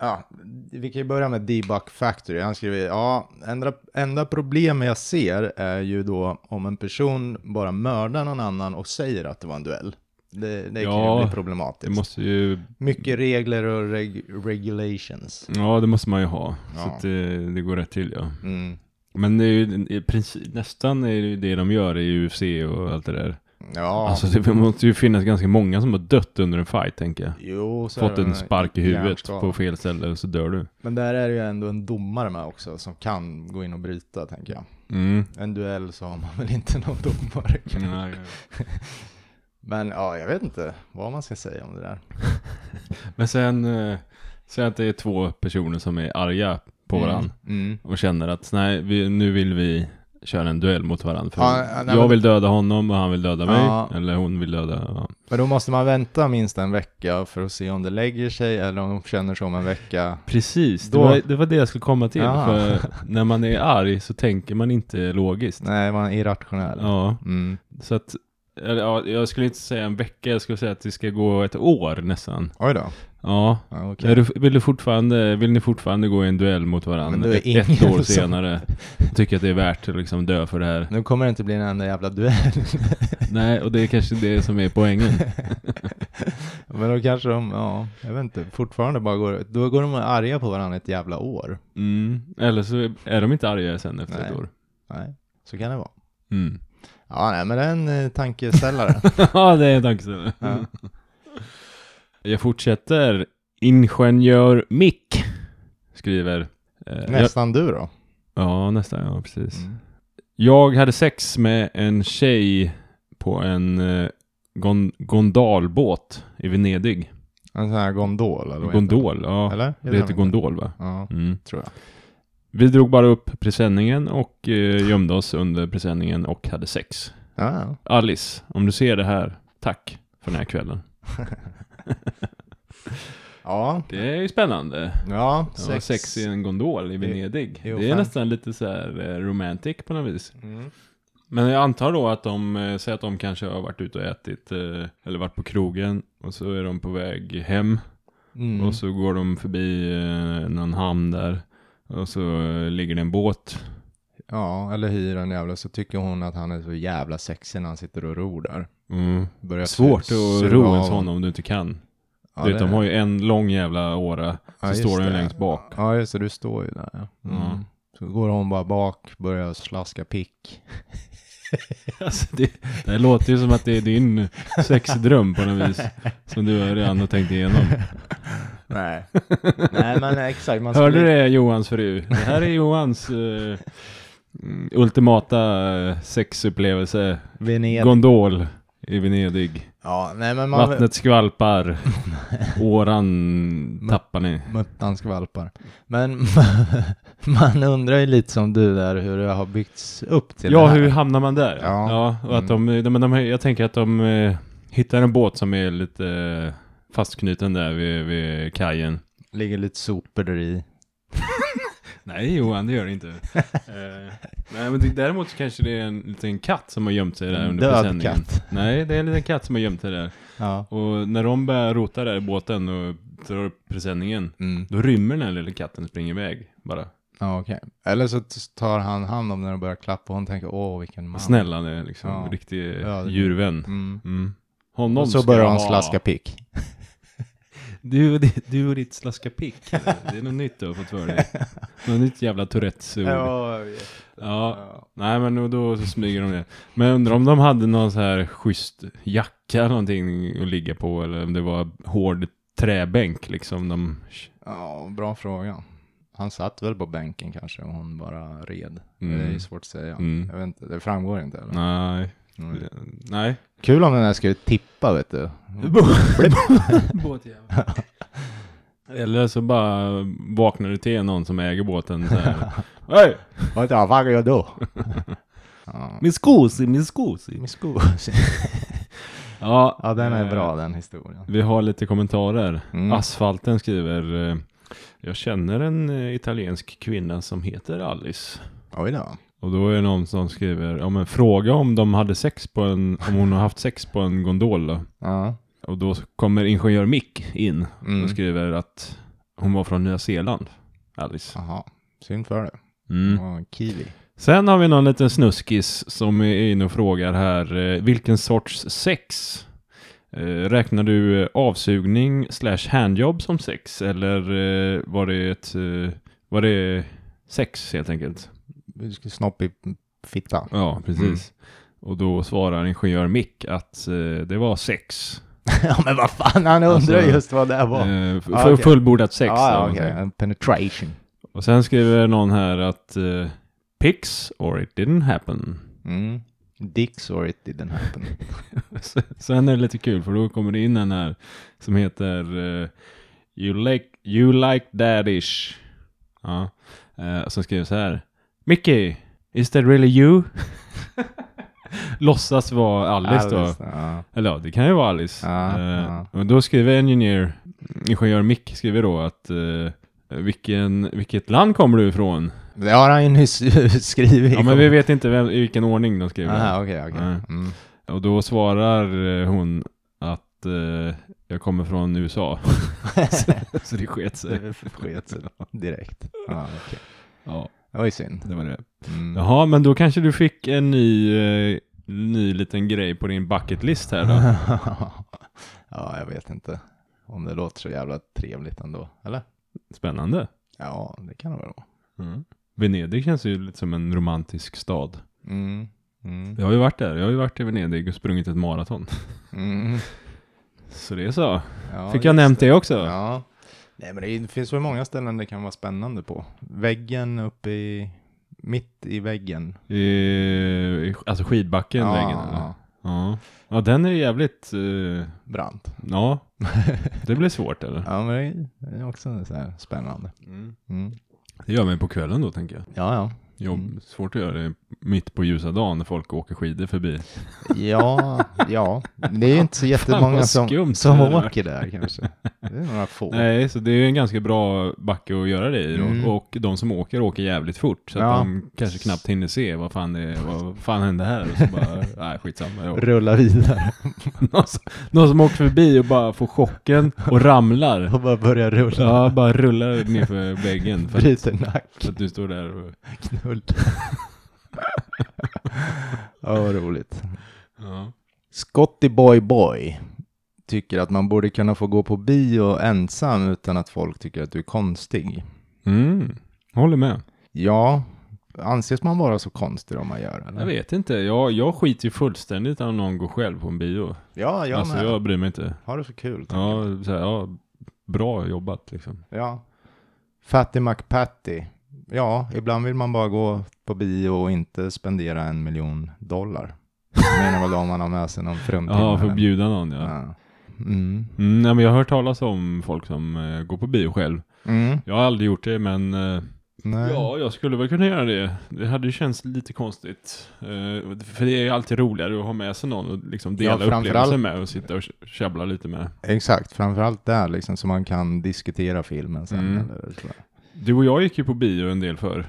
ja, vi kan ju börja med Debug Factory. Han skriver, ja, enda, enda problem jag ser är ju då om en person bara mördar någon annan och säger att det var en duell. Det, det kan
Ja,
ju bli
Det
problematiskt.
måste ju,
Mycket regler och reg- regulations.
ja det måste man ju ha. Så
Ja.
att det, det går rätt till ja.
Mm.
Men det är ju i princip, nästan är det, ju det de gör i UFC och allt det där.
Ja,
Alltså det måste ju finnas ganska många som har dött under en fight tänker jag.
jo, så är
Fått
det
en
med-
spark i huvudet
hjärnskada.
på fel ställe och så dör du.
Men där är det ju ändå en domare med också som kan gå in och bryta, tänker jag.
Mm.
En duell så har man väl inte någon domare. kanske. Men ja, jag vet inte vad man ska säga om det där.
Men sen, eh, säg att det är två personer som är arga på varandra.
Mm. Mm.
och känner att nej, vi, nu vill vi köra en duell mot varandra. För
Ja, ja, nej,
jag
men-
vill döda honom och han vill döda mig.
Ja.
Eller hon vill döda... Ja.
Men då måste man vänta minst en vecka för att se om det lägger sig eller om de känner sig om en vecka.
Precis,
Då-
det, var, det var det jag skulle komma till.
Ja.
För när man är arg så tänker man inte logiskt.
Nej, man är irrationell.
Ja,
Mm.
så att... Eller, ja, jag skulle inte säga en vecka, jag skulle säga att det ska gå ett år nästan.
Oj då.
Ja.
Ja, okej.
Är du, vill, du fortfarande, vill ni fortfarande gå i en duell mot
Men
varandra
det är
ett,
ingen
ett år
som-
senare? Jag tycker att det är värt att liksom dö för det här.
Nu kommer det inte bli en enda jävla duell.
Nej, och det är kanske det som är poängen.
Men då kanske de, ja, jag vet inte, fortfarande bara går, då går de arga på varandra ett jävla år.
Mm. Eller så är de inte arga sen efter
Nej.
ett år.
Nej, så kan det vara.
Mm.
Ja, nej, men det är en eh, tankeställare.
ja, det är en tankeställare.
Ja.
Jag fortsätter. Ingenjör Mick skriver. Eh, jag,
Nästan du då.
ja, nästan. Ja, precis.
Mm.
Jag hade sex med en tjej på en eh, gon- gondolbåt i Venedig.
En sån här gondol eller vad heter
Gondol,
det?
ja.
Eller?
Det heter
inte.
gondol, va?
Ja,
Mm.
tror jag.
Vi drog bara upp presenningen och eh, gömde oss under presenningen och hade sex.
Ja, ja.
Alice, om du ser det här, tack för den här kvällen.
Ja,
Det är ju spännande.
ja
Sex, ja, sex i en gondol i Venedig.
jo,
det är
fan.
nästan lite så här eh, romantic på något vis.
Mm.
Men jag antar då att de, eh, säger att de kanske har varit ute och ätit eh, eller varit på krogen och så är de på väg hem
Mm.
och så går de förbi eh, någon hamn där och så eh, ligger det en båt.
Ja, eller hyr en jävla så tycker hon att han är så jävla sexig när han sitter och ror där.
Mm.
Börjar su-
Svårt att
suga
ro
av
en sån om du inte kan.
Ja,
du
det
vet, de
är-
har ju en lång jävla åra, så
Ja, just
står de ju
det.
längst bak.
Ja, just det, du står ju där. Ja. Mm.
Ja.
Så går hon bara bak, börjar slaska pick.
Alltså det, det här låter ju som att det är din sexdröm på något vis. Som du redan har tänkt igenom.
Nej. Nej, men exakt. Man
Hörde du
skulle-
det Johans fru? Det här är Johans eh, mm, ultimata eh, sexupplevelse.
Venedig.
Gondol i Venedig.
ja, nej, men man...
Vattnet skvalpar. Åran tappar ni.
Muttan skvalpar. Men man undrar ju lite som du där hur det har byggts upp till
Ja,
det här.
hur hamnar man där?
Ja. Mm.
och att de, de, men de, jag tänker att de eh, hittar en båt som är lite eh, fastknuten där vid, vid kajen.
Ligger lite sopor där i.
Nej Johan, det gör det inte. eh, nej, men det, däremot så kanske det är en liten katt som har gömt sig där
En
under
död
presenningen.
katt.
Nej, det är en liten katt som har gömt sig där.
Ja.
Och när de börjar rota där i båten och drar upp presenningen,
Mm.
då rymmer den här lilla katten och springer iväg bara.
Ja, okej. Eller så tar han hand om den och börjar klappa och hon tänker åh vilken man.
Vad snäll han är liksom,
Ja.
riktig
Ja, det-
djurvän.
Mm.
Mm. Honom
Och så
ska jag
börjar hon
ha.
slaska pick.
Du, och di- du och ditt slaska pick. eller? Det är något nytt du har fått för dig. Något nytt jävla Tourettes ord. Ja. Nej men då, då så smyger de ner. Men jag undrar om de hade någon så här schysst jacka eller någonting att ligga på. Eller om det var hård träbänk liksom. De...
Ja, bra fråga. Han satt väl på bänken kanske och hon bara red.
Mm.
Det är ju svårt att säga.
Mm.
Jag vet inte, det framgår inte. Eller?
Nej.
Mm.
Nej.
Kul om den här skulle tippa vet du.
Mm. Båtjävel. Eller så bara vaknar du till någon som äger båten. så här. Hej!
Vad fan gör då? Ja,
Min skosi, min skosi.
min sko.
Ja,
Ja, den är
eh,
bra den historien.
Vi har lite kommentarer.
Mm.
Asfalten skriver eh, Jag känner en eh, italiensk kvinna som heter Alice.
Oj då.
Och då är det någon som skriver ja, men Fråga om de hade sex på en Om hon har haft sex på en gondol då."
Ja.
Och då kommer ingenjör Mick in
Mm.
och skriver att Hon var från Nya Zeeland Alice.
Jaha, synd för det.
Mm.
Ja, kiwi.
Sen har vi någon liten snuskis som är inne och frågar här eh, Vilken sorts sex? Eh, Räknar du eh, avsugning slash handjobb som sex eller eh, var det ett eh, var det sex helt enkelt?
Du ska snopp i fitta.
Ja,
Mm.
precis. Och då svarar ingenjör Mick att eh, det var sex.
ja men vad fan, han
Alltså,
undrar just vad det här var.
Eh, f-
Ah,
för
okej.
Fullbordat sex.
ja,
då,
ja,
om man
okej.
säger.
En Penetration.
Och sen skriver någon här att eh, Pix or it didn't happen.
Mm. Dicks or it didn't happen.
S- Sen är det lite kul för då kommer det in en här som heter eh, You like, you like daddish. Ja. Uh, som skriver så här. Mickey, is that really you? Låtsas vara Alice då.
Alice, ja.
Eller ja, det kan ju vara Alice.
Ja,
Eh,
ja.
Och då skriver engineer, ingenjör Mick skriver då att eh, vilken, vilket land kommer du ifrån?
Det har han ju nyss skrivit.
Ja, men vi vet inte vem, i vilken ordning de skriver.
Aha, okej, okej.
Nej.
Mm.
Och då svarar eh, hon att eh, jag kommer från USA. så, så det sket sig.
Det sket sig direkt. Ja, okej.
Ja,
Det var ju synd.
det var det.
Mm.
Jaha, men då kanske du fick en ny, eh, ny liten grej på din bucket list här då.
ja, jag vet inte om det låter så jävla trevligt ändå. Eller?
Spännande.
Ja, det kan det väl vara.
Venedig känns ju lite som en romantisk stad.
Mm. Mm.
Jag har ju varit där. Jag har ju varit i Venedig och sprungit ett maraton.
Mm.
Så det är så.
Ja,
Fick jag nämnt det också?
Ja. Nej, men det finns så många ställen det kan vara spännande på. Väggen uppe i, mitt i väggen.
Eh, alltså skidbacken
Ja,
vägen. eller? Ja. ja, den är jävligt... eh,
Brant.
Ja, det blir svårt eller?
Ja, men det är- det är också så här spännande. Mm.
Det gör man ju på kvällen då tänker jag.
Ja, ja.
Jobb,
Mm.
Svårt att göra det mitt på ljusa dagen när folk åker skidor förbi.
Ja, ja. Men Det är ju inte så
Fan,
jättemånga
vad
som,
skumt
som
det där.
åker där kanske. Det är några få.
Nej, så det är en ganska bra backe att göra det i då.
Mm.
Och de som åker åker jävligt fort. Så att
Ja.
de kanske knappt hinner se vad fan det är, vad fan hände här? Och så bara, nej skitsamma. jag åker.
Rulla vidare
Någon, som- någon som åker förbi och bara får chocken och ramlar.
och bara börja rulla.
Ja, bara rullar ner för väggen för att,
Bryter nacken.
för att du står där och...
Knull. ja, vad roligt.
Ja.
Scotty Boy Boy tycker att man borde kunna få gå på bio ensam utan att folk tycker att du är konstig.
Mm, håller med.
Ja, Anses man vara så konstig om man gör? Eller?
Jag vet inte, jag, jag skiter ju fullständigt om någon går själv på en bio.
Ja, jag
alltså
med.
jag bryr mig inte.
Har det så kul. tänker
Ja, så här, ja, bra jobbat liksom.
jag. ja. Fatty McPatty. Ja, ibland vill man bara gå på bio och inte spendera en miljon dollar. Jag menar väl om man har med sig någon fruntimmer.
Ja, för
eller-
att bjuda någon ja.
Ja. Mm.
Mm, nej, men jag har hört talas om folk som eh, går på bio själv.
Mm.
Jag har aldrig gjort det, men eh,
Nej.
ja, jag skulle väl kunna göra det. Det hade ju känts lite konstigt. Eh, för det är ju alltid roligare att ha med sig någon och liksom dela
framförallt-
upplevelsen med och sitta och k- tjabbla lite med.
Exakt, framförallt där liksom så man kan diskutera filmen sen.
Mm.
Eller så.
Du och jag gick ju på bio en del förr.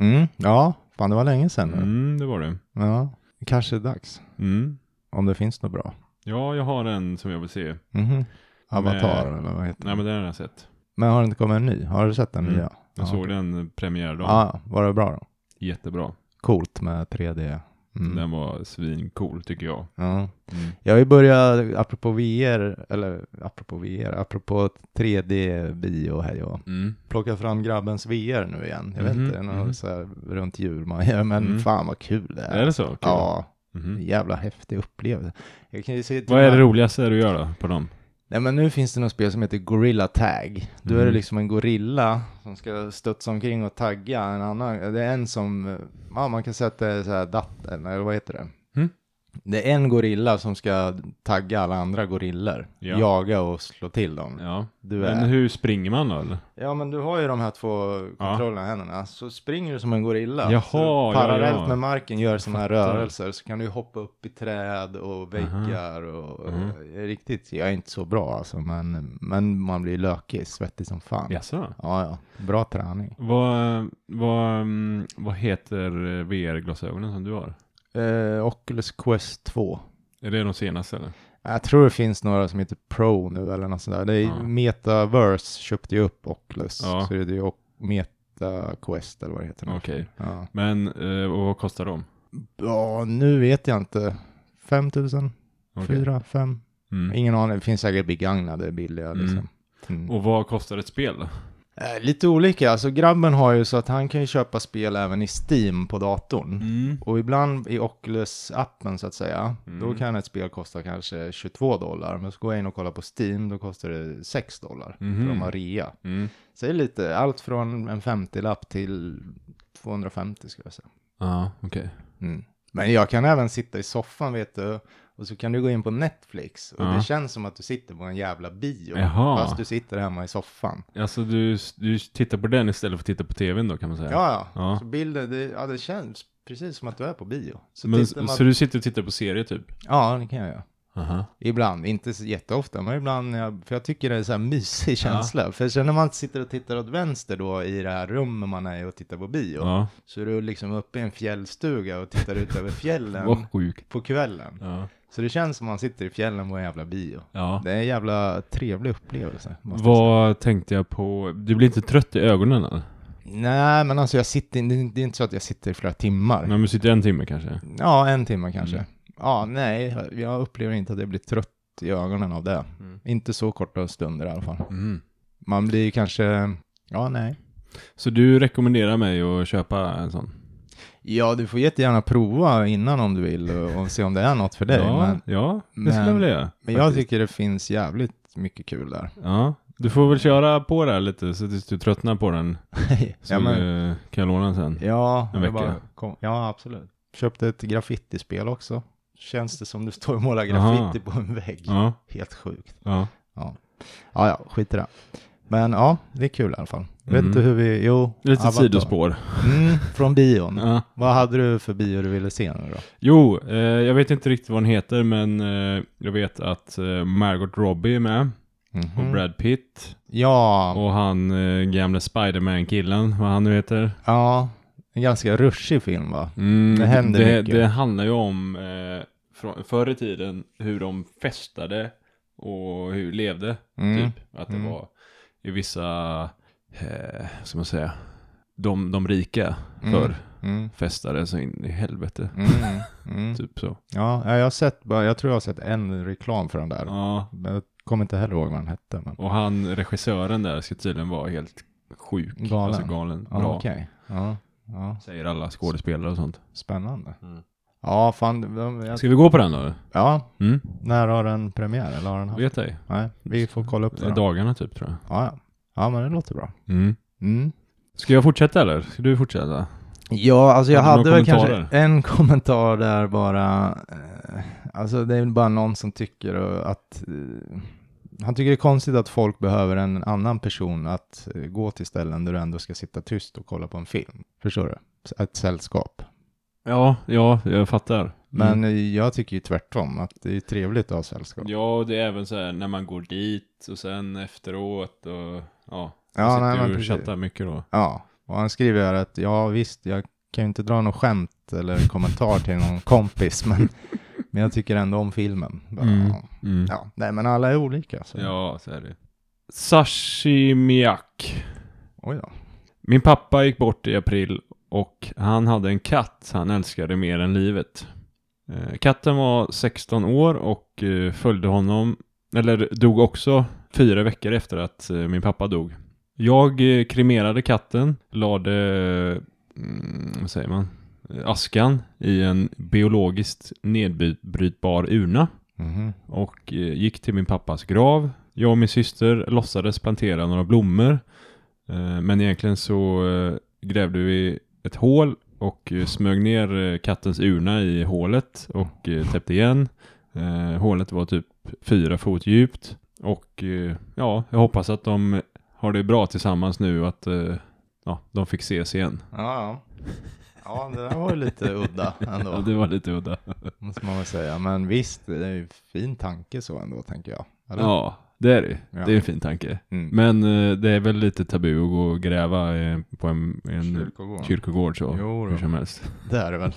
Mm. Ja, fan det var länge sedan nu.
Mm, det var det.
Ja, kanske är dags.
Mm.
Om det finns något bra.
Ja, jag har en som jag vill se.
Mhm. Avatar
Med-
eller vad heter det?
Nej, men den har jag sett.
Men har det inte kommit en ny? Har du sett den
Mm.
nya?
Jag
Ja,
såg
okej.
den eh, premiärdagen.
Ja, var det bra då?
Jättebra.
Coolt med 3D. Mm.
Den var svincool tycker jag.
Ja.
Mm.
Jag vill börja, apropå VR, eller apropå VR, apropå 3D-bio här jag.
Mm.
Plocka fram grabbens VR nu igen. Jag vet
Mhm,
inte, det är något
mhm.
så här runt jul man gör, men
Mm.
fan vad kul det är.
Är det så? Kul.
Ja,
Mhm.
jävla häftig upplevelse. Jag kan ju se till
Vad är
och
det
med-
roligaste du gör då på dem?
Nej men nu finns det något spel som heter Gorilla Tag. Då är det
Mm.
liksom en gorilla som ska studsa omkring och tagga en annan. Det är en som, ja man kan säga att det är så här datten, eller vad heter det?
Mm.
Det är en gorilla som ska tagga alla andra gorillor.
Ja.
Jaga och slå till dem.
Ja.
Du är...
Men hur springer man då eller?
Ja men du har ju de här två kontrollerna i händerna. Så springer du som en gorilla.
Jaha,
så
ja,
parallellt
ja.
med marken gör sådana här
Fattar.
rörelser. Så kan du ju hoppa upp i träd och väggar och
Mhm.
eh, riktigt. Jag är inte så bra alltså. Men, men man blir lökig, svettig som fan.
Jaså?
Ja, ja. Bra träning.
Vad, vad, mm, vad heter eh, VR-glasögonen som du har?
Eh, Oculus Quest 2.
Är det de senaste eller?
Jag tror det finns några som heter Pro nu eller något sånt där. Det är,
Ja.
Metaverse köpte ju upp Oculus.
Ja.
Så det är ju Oc- Meta Quest eller vad det heter. nu.
Okej.
Ja.
Men, eh, och vad kostar de?
Ja, nu vet jag inte. 5 000,
Okej.
4, 5.
Mm.
Ingen aning, det finns säkert begagnade billiga
Mm.
liksom. Mm.
Och vad kostar ett spel då?
Eh, lite olika, alltså grabben har ju så att han kan ju köpa spel även i Steam på datorn.
Mm.
Och ibland i Oculus-appen så att säga,
Mm.
då kan ett spel kosta kanske 22 dollar. Men så går jag in och kollar på Steam, då kostar det 6 dollar.
Mhm.
För de har rea.
Mm.
Så det är lite, allt från en 50-lapp till 250 skulle jag säga.
Ja, okej.
Mm. Men jag kan även sitta i soffan vet du. Och så kan du gå in på Netflix. Och
Ja.
det känns som att du sitter på en jävla bio.
Jaha.
Fast du sitter hemma i soffan.
Alltså du, du tittar på den istället för att titta på tvn då kan man säga?
Ja, ja.
Ja.
Så bilden, det, ja, det känns precis som att du är på bio. Så
Men,
tittar man...
Så du sitter och tittar på serier typ?
Ja, det kan jag göra.
Aha.
Ibland, inte så jätteofta, men ibland, när jag, för jag tycker det är så här mysig känsla. För sen när man sitter och tittar åt vänster då i det här rummet man är i och tittar på bio,
Ja.
så är du liksom uppe i en fjällstuga och tittar ut över fjällen
Vad sjukt.
på kvällen.
Ja.
Så det känns som man sitter i fjällen på en jävla bio.
ja.
Det är en jävla trevlig upplevelse. måste jag säga.
Vad tänkte jag på? Du blir inte trött i ögonen eller?
Nej, men alltså jag sitter, det det är inte så att jag sitter i flera timmar.
Nej, men du sitter en timme kanske?
Ja, en timme kanske.
Mm.
Ja, nej, jag upplever inte att jag blir trött i ögonen av det.
Mm.
Inte så korta stunder i alla fall.
Mm.
Man blir ju kanske, ja, nej.
Så du rekommenderar mig att köpa en sån?
Ja, du får jättegärna prova innan om du vill och, och se om det är något för dig.
ja,
Men,
ja, det
men-
skulle jag vilja göra.
men jag
faktiskt.
tycker det finns jävligt mycket kul där.
Ja, du får väl köra på det här lite så tills du typ tröttnar på den. Så
ja, men,
eh, kan jag låna den sen.
ja,
en
det
vecka.
kom, ja, absolut. Köpte ett graffitispel också. Känns det som du står och målar graffiti på en vägg.
Ja,
Helt sjukt.
ja.
Ja, ja, skit i det. Men ja, det är kul i alla fall. Jag Vet
Mm.
inte hur vi, jo.
Lite
Avatar.
sidospår.
Mm, från bion.
Ja.
Vad hade du för bio du ville se nu då?
Jo, eh, jag vet inte riktigt vad den heter men eh, jag vet att eh, Margot Robbie är med och
Mhm.
Brad Pitt
Ja,
och han eh, gamle Spiderman-killen, vad han nu heter.
ja, en ganska ruschig film va?
Mm,
Det händer
det,
mycket.
det handlar ju om eh, från, förr i tiden hur de festade och hur levde.
Mm.
Typ. Att det
Mm.
var i vissa, eh, vad ska man säga, de, de rika
Mm.
förr
Mm.
festade så in i helvete.
Mm. Mm.
Typ så.
Ja, jag har sett, bara- jag tror jag har sett en reklam för den där.
Ja.
Men Jag kommer inte heller ihåg vad den hette. Men...
Och han, regissören där, ska tydligen vara helt sjuk.
Galen.
Alltså galen.
Ja,
Bra.
okej. Ja. Ja,
Säger alla skådespelare och sånt.
spännande.
Mm.
Ja, fan. de- jag-
Ska vi gå på den då?
Ja,
Mm,
när har den premiär? Eller har den haft?
vet ej.
Nej, vi får kolla upp det. Då.
Dagarna typ tror jag.
Ja, ja. ja, men det låter bra.
Mm.
Mm.
Ska jag fortsätta eller? Ska du fortsätta?
Ja, alltså jag
Hade
hade
du
väl
några
kanske
kommentarer?
en kommentar där bara. Eh, alltså det är väl bara någon som tycker eh, att eh, han tycker det är konstigt att folk behöver en annan person att eh, gå till ställen där du ändå ska sitta tyst och kolla på en film. Förstår du? S- Ett sällskap.
Mm. Ja, ja, jag fattar.
Men eh, jag tycker ju tvärtom, att det är ju trevligt att ha sällskap.
Ja, det är även så här när man går dit och sen efteråt och ja.
Ja,
sitter
nej,
ju
men
och
precis.
chattar mycket då.
Ja, och han skriver här att ja visst, jag kan ju inte dra något skämt eller kommentar till någon kompis, men, men jag tycker ändå om filmen. Bara,
Mm.
ja. Ja, nej men alla är olika. Så.
Ja, så är det. Sashimiak.
Oj då.
Min pappa gick bort i april och han hade en katt han älskade mer än livet. Eh, Katten var 16 år och eh, följde honom, eller dog också fyra veckor efter att eh, min pappa dog. Jag eh, kremerade katten, lade, mm, vad säger man, Eh, askan i en biologiskt nedbrytbar urna
Mhm.
och eh, gick till min pappas grav. Jag och min syster låtsades plantera några blommor, eh, men egentligen så eh, grävde vi ett hål och eh, smög ner eh, kattens urna i hålet och eh, täppte igen. Eh, Hålet var typ fyra fot djupt och eh, ja, jag hoppas att de har det bra tillsammans nu och att eh, ja, de fick ses igen.
Ja, ja. Ja, det där var ju lite udda ändå,
Ja, det var lite udda.
måste man väl säga. Men visst, det är ju en fin tanke så ändå, tänker jag. Eller?
Ja, det är det.
Ja.
Det är en fin tanke.
Mm.
Men eh, det är väl lite tabu att gå och gräva eh, på en, en
Kyrkogården.
kyrkogård så.
Jo då.
Hur som helst.
Det är det väl.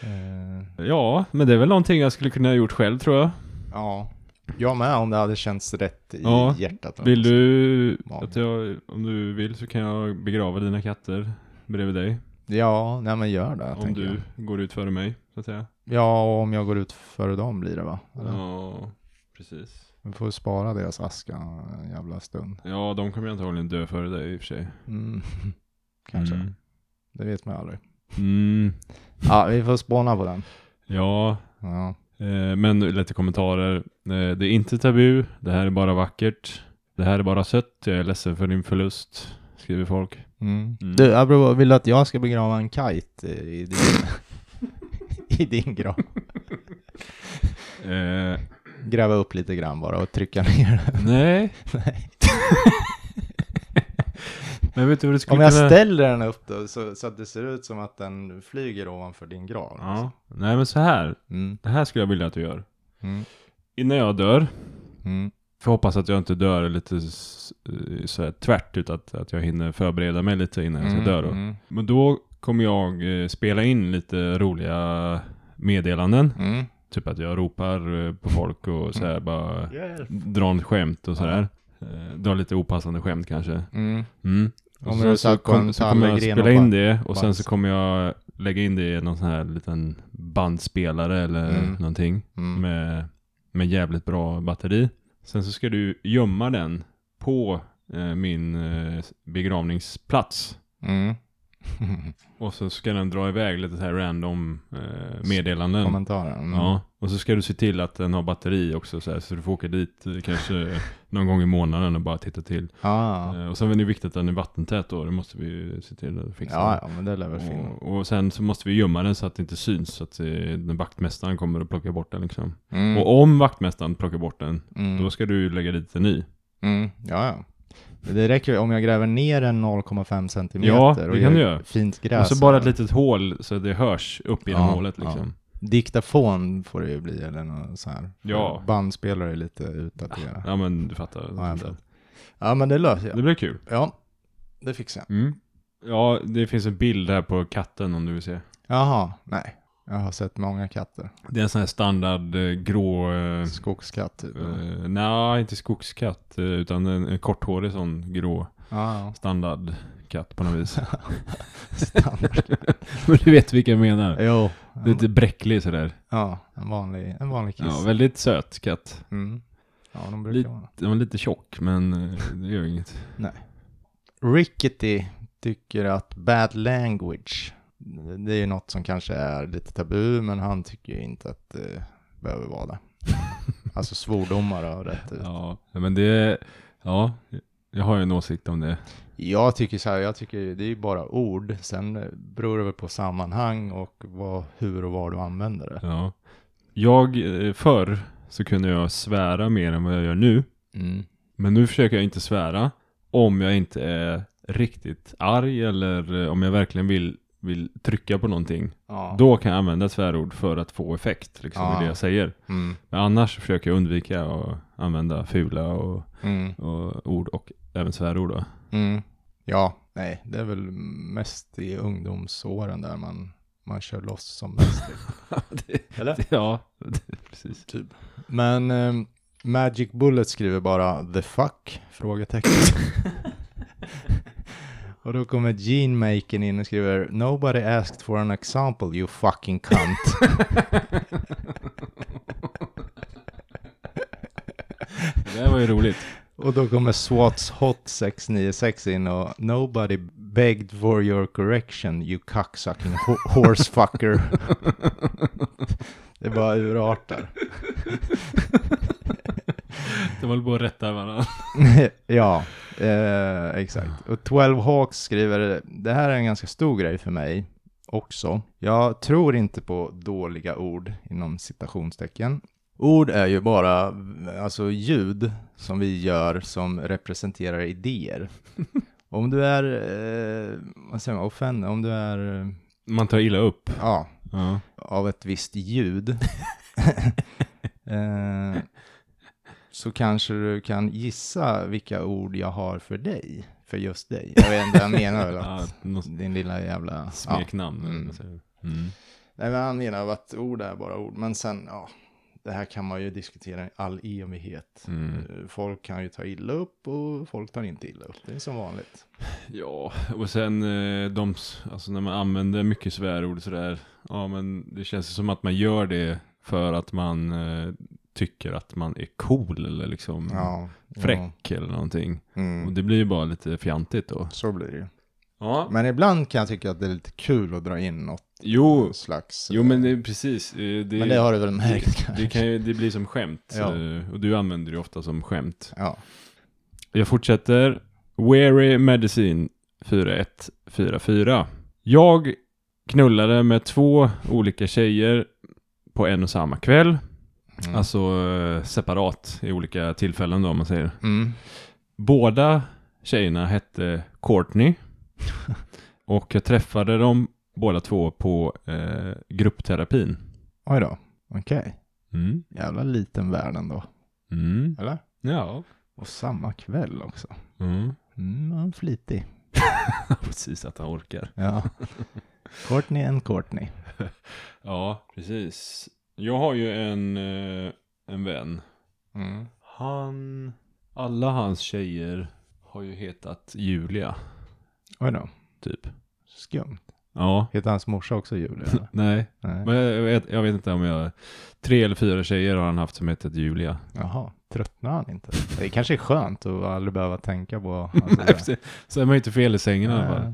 Eh,
Ja, men det är väl någonting jag skulle kunna ha gjort själv tror jag.
ja, jag med om det hade känts rätt i
Ja.
hjärtat.
Vill du
Ja.
att jag, typ- om du vill så kan jag begrava dina katter bredvid dig.
Ja, nej men gör det.
om
tänker
du
Jag.
går ut före mig, så att säga.
Ja, och om jag går ut före dem blir det va? Eller?
Ja, precis.
Vi får spara deras aska en jävla stund.
Ja, de kommer ju antagligen dö före dig i och för sig.
Mm. Kanske.
Mm.
Det vet man aldrig.
Mm.
Ja, vi får spåna på den.
Ja,
Ja.
Eh, Men lite kommentarer. Eh, Det är inte tabu. Det här är bara vackert. Det här är bara sött. Jag är ledsen för din förlust. Skriver folk.
Mm.
Mm.
Du, Abro, vill du att jag ska begrava en kite eh, i din, i din grav?
Eh,
Gräva upp lite grann bara och trycka ner den.
nej. Men vet du vad du skulle
Om jag
kunna...
ställer den upp då, så, så att det ser ut som att den flyger ovanför din grav. liksom.
Ja. Nej men så här.
Mm.
Det här skulle jag vilja att du gör.
Mm.
Innan jag dör.
Mm.
Får hoppas att jag inte dör lite s- eh, så här tvärt. Utan att, att jag hinner förbereda mig lite innan jag ska dö då.
Mm.
Men då kommer jag eh, spela in lite roliga meddelanden.
Mm.
Typ att jag ropar eh, på folk och så här
Mm.
bara drar en skämt och sådär. Eh, drar lite opassande skämt kanske.
Mm.
Mm.
Om
Och
du
sen
satt på en
så kommer jag
tallgren och
spela in
bara-
det och sen
bajs.
så kommer jag lägga in det i någon sån här liten bandspelare eller
Mm.
någonting
Mm.
med, med jävligt bra batteri. Sen så ska du gömma den på eh, min eh, begravningsplats.
Mm.
Och så ska den dra iväg lite så här random eh, meddelanden.
Kommentarer. Mm.
Ja, och så ska du se till att den har batteri också så, här, så du får åka dit eh, kanske någon gång i månaden och bara titta till.
Ja, ja.
Eh, Och sen är det viktigt att den är vattentät då, det måste vi ju se till att fixa.
ja, ja, men det lär väl finnas.
och, och sen så måste vi gömma den så att det inte syns, så att eh, den vaktmästaren kommer och plockar bort den liksom.
Mm.
Och om vaktmästaren plockar bort den,
Mm.
då ska du lägga dit en ny.
Mm, ja, ja. Det räcker ju om jag gräver ner en 0,5 centimeter
Ja, det
och
kan du
gör
göra.
fint
Och
gräs.
så bara ett litet hål så det hörs upp genom
Ja,
hålet
ja.
liksom.
Diktafon får det ju bli eller något så här.
Ja.
Bandspelare är lite utdaterade.
Ja, men du fattar.
Ja, jag fattar. Ja, men det löser jag.
Det blir kul.
Ja, det fixar jag.
Mm. Ja, det finns en bild här på katten om du vill se.
Jaha, nej. Jag har sett många katter.
Det är en sån här standard eh, grå... Eh,
Skogskatt typ.
eh, Nej, inte skogskatt, eh, utan en, en korthårig sån grå
Ja, ja.
standardkatt på något vis.
Standard.
Men du vet vilken jag menar.
jo.
Lite bräcklig sådär.
Ja, en vanlig, en vanlig kiss.
Ja, väldigt söt katt.
Mm. Ja, de brukar
Lite-
vara.
Den var lite tjock, men eh, det gör inget.
Rickety tycker att bad language, det är ju något som kanske är lite tabu, men han tycker ju inte att det behöver vara det. alltså svordomar och rätt ut.
Ja, men det, ja, jag har ju en åsikt om det.
Jag tycker så här, jag tycker ju- det är ju bara ord, sen beror det väl på sammanhang och vad, hur och var du använder det.
Ja. Jag, eh, förr så kunde jag svära mer än vad jag gör nu.
Mm.
Men nu försöker jag inte svära om jag inte är riktigt arg eller eh, om jag verkligen vill, vill trycka på någonting.
Ja.
Då kan jag använda svärord för att få effekt liksom,
Ja.
i det jag säger.
Mm.
Men annars försöker jag undvika att använda fula och,
Mm.
och ord och även svärord. Då.
Mm. Ja, nej, det är väl mest i ungdomsåren där man, man kör loss som mest. Eller?
ja, precis.
Typ. Men ehm, Magic Bullet skriver bara the fuck? Frågetecken. och då kommer Gene Maken in och skriver Nobody asked for an example you fucking cunt.
Det där var ju roligt.
och då kommer Swats Hot 696 in och Nobody begged for your correction you cocksucking ho- horsefucker. det bara urartar.
De håller på att rätta varandra.
ja, eh, exakt. Och 12 Hawks skriver, det här är en ganska stor grej för mig också. Jag tror inte på dåliga ord inom citationstecken. Ord är ju bara alltså, ljud som vi gör som representerar idéer. Om du är, eh, vad säger man, offend, om du är, eh,
Man tar illa upp.
ja,
Ja.
av ett visst ljud eh, så kanske du kan gissa vilka ord jag har för dig, för just dig. Jag vet inte, jag menar väl
Ja,
att
något
din lilla jävla... Ja.
smeknamn. eller vad man säger. Mm.
Nej, men han menar att ord är bara ord, men sen, ja, det här kan man ju diskutera i all evighet.
Mm.
Eh, Folk kan ju ta illa upp och folk tar inte illa upp. Det är som vanligt.
Ja, och sen eh, de, s- alltså när man använder mycket svärord sådär, ja men det känns ju som att man gör det för att man eh, tycker att man är cool eller liksom
Ja. ja.
fräck eller någonting. Och
Mm.
det blir ju bara lite fjantigt då.
Så blir det ju.
Ja,
Men ibland kan jag tycka att det är lite kul att dra in något
jo,
slags...
Oh. jo men det är precis. eh, Det,
Men det har du väl märkt
det,
kanske?
kan ju, det blir som skämt.
Ja.
eh, Och du använder det ju ofta som skämt.
Ja.
Jag fortsätter. Weary Medicine 4144. Jag knullade med två olika tjejer på en och samma kväll.
Mm.
Alltså eh, separat i olika tillfällen då om man säger.
Mm.
Båda tjejerna hette Courtney. och jag träffade dem båda två på eh, gruppterapin.
Oj då. Okej.
Mm.
Jävla liten värld ändå.
Mm.
Eller?
Ja.
Och samma kväll också.
Mm.
Mm, han är flitig.
Precis att han orkar.
Ja. Courtney and Courtney.
Ja, precis. Jag har ju en, eh, en vän.
Mm.
Han, alla hans tjejer har ju hetat Julia,
Oj då.
typ.
Skumt.
Ja.
Heter hans morsa också Julia? eller?
Nej,
Nej.
men jag vet, jag vet inte om jag... Tre eller fyra tjejer har han haft som hetat Julia.
Jaha. Tröttnar han inte? Det kanske är skönt att aldrig behöva tänka på... Alltså,
Nej, precis. Så är man ju inte fel i sängen i alla fall.
ja.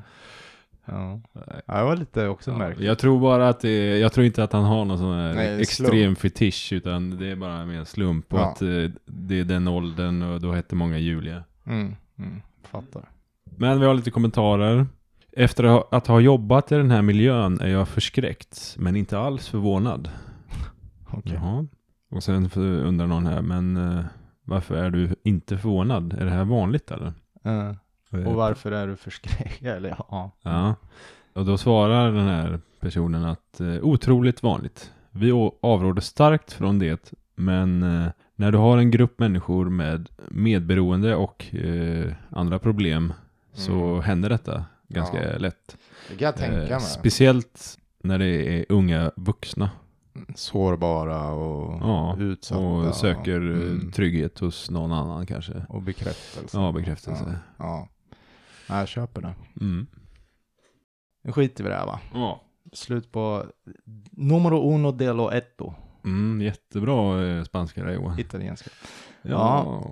Ja. ja, det var lite också märkligt.
Jag tror bara att det är, jag tror inte att han har någon sån här
Nej,
extrem fetisch utan det är bara mer slump och
Ja.
att eh, det är den åldern och då hette många Julia.
Mm. Mm. Fattar.
Men vi har lite kommentarer. Efter att ha- att ha jobbat i den här miljön är jag förskräckt, men inte alls förvånad.
Okej.
Jaha. Och sen för- undrar någon här, men eh, varför är du inte förvånad? Är det här vanligt eller?
Eh,
Eh,
Och varför är du förskräckt? Eller ja.
Ja. Och då svarar den här personen att eh, otroligt vanligt. Vi å- avråder starkt från det, men eh, när du har en grupp människor med medberoende och eh, andra problem så
Mm.
händer detta ganska
Ja.
lätt.
Det kan jag tänka
Eh,
mig.
speciellt när det är unga vuxna
Sårbara och
Ja,
Mm. utsatta.
och söker eh,
mm,
trygghet hos någon annan kanske.
och bekräftelse.
Ja, bekräftelse.
Ja. ja, jag köper det.
Ja. Mm.
Nu skiter vi i det här va?
Ja.
Slut på numero uno dello etto,
Mm, jättebra eh, spanska där Johan.
italienska.
Ja.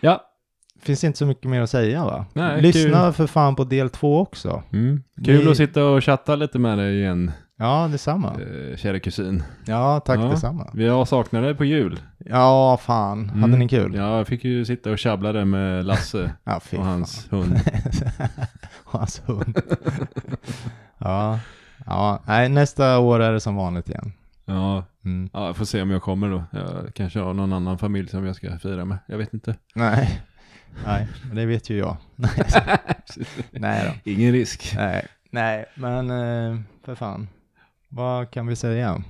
ja.
finns inte så mycket mer att säga va?
Nej,
Lyssna för fan på del två också.
Mm. Kul
Vi-
att sitta och chatta lite med dig igen,
Ja, detsamma.
eh, kära kusin.
Ja, tack
Ja.
detsamma.
Vi har saknat dig på jul.
Ja, fan. Hade
Mm.
ni kul?
Ja, jag fick ju sitta och tjabbla där med Lasse
Ja, fy
och
fan.
hans hund.
och hans hund. ja. ja, nej, nästa år är det som vanligt igen.
Ja,
Mm.
ja, jag får se om jag kommer då. Jag kanske har någon annan familj som jag ska fira med. Jag vet inte.
Nej. nej, men det vet ju jag. nej då.
Ingen risk.
Nej, nej men eh, för fan. Vad kan vi säga?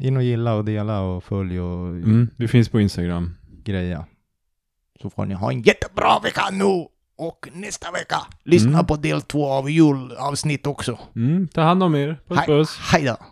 In och gilla och dela och följ och
Mm, vi finns på Instagram.
greja. Så får ni ha en jättebra vecka nu och nästa vecka lyssna
Mm.
på del två av julavsnitt också.
Mm, ta hand om er. Puss
Hej-
puss.
Hej då!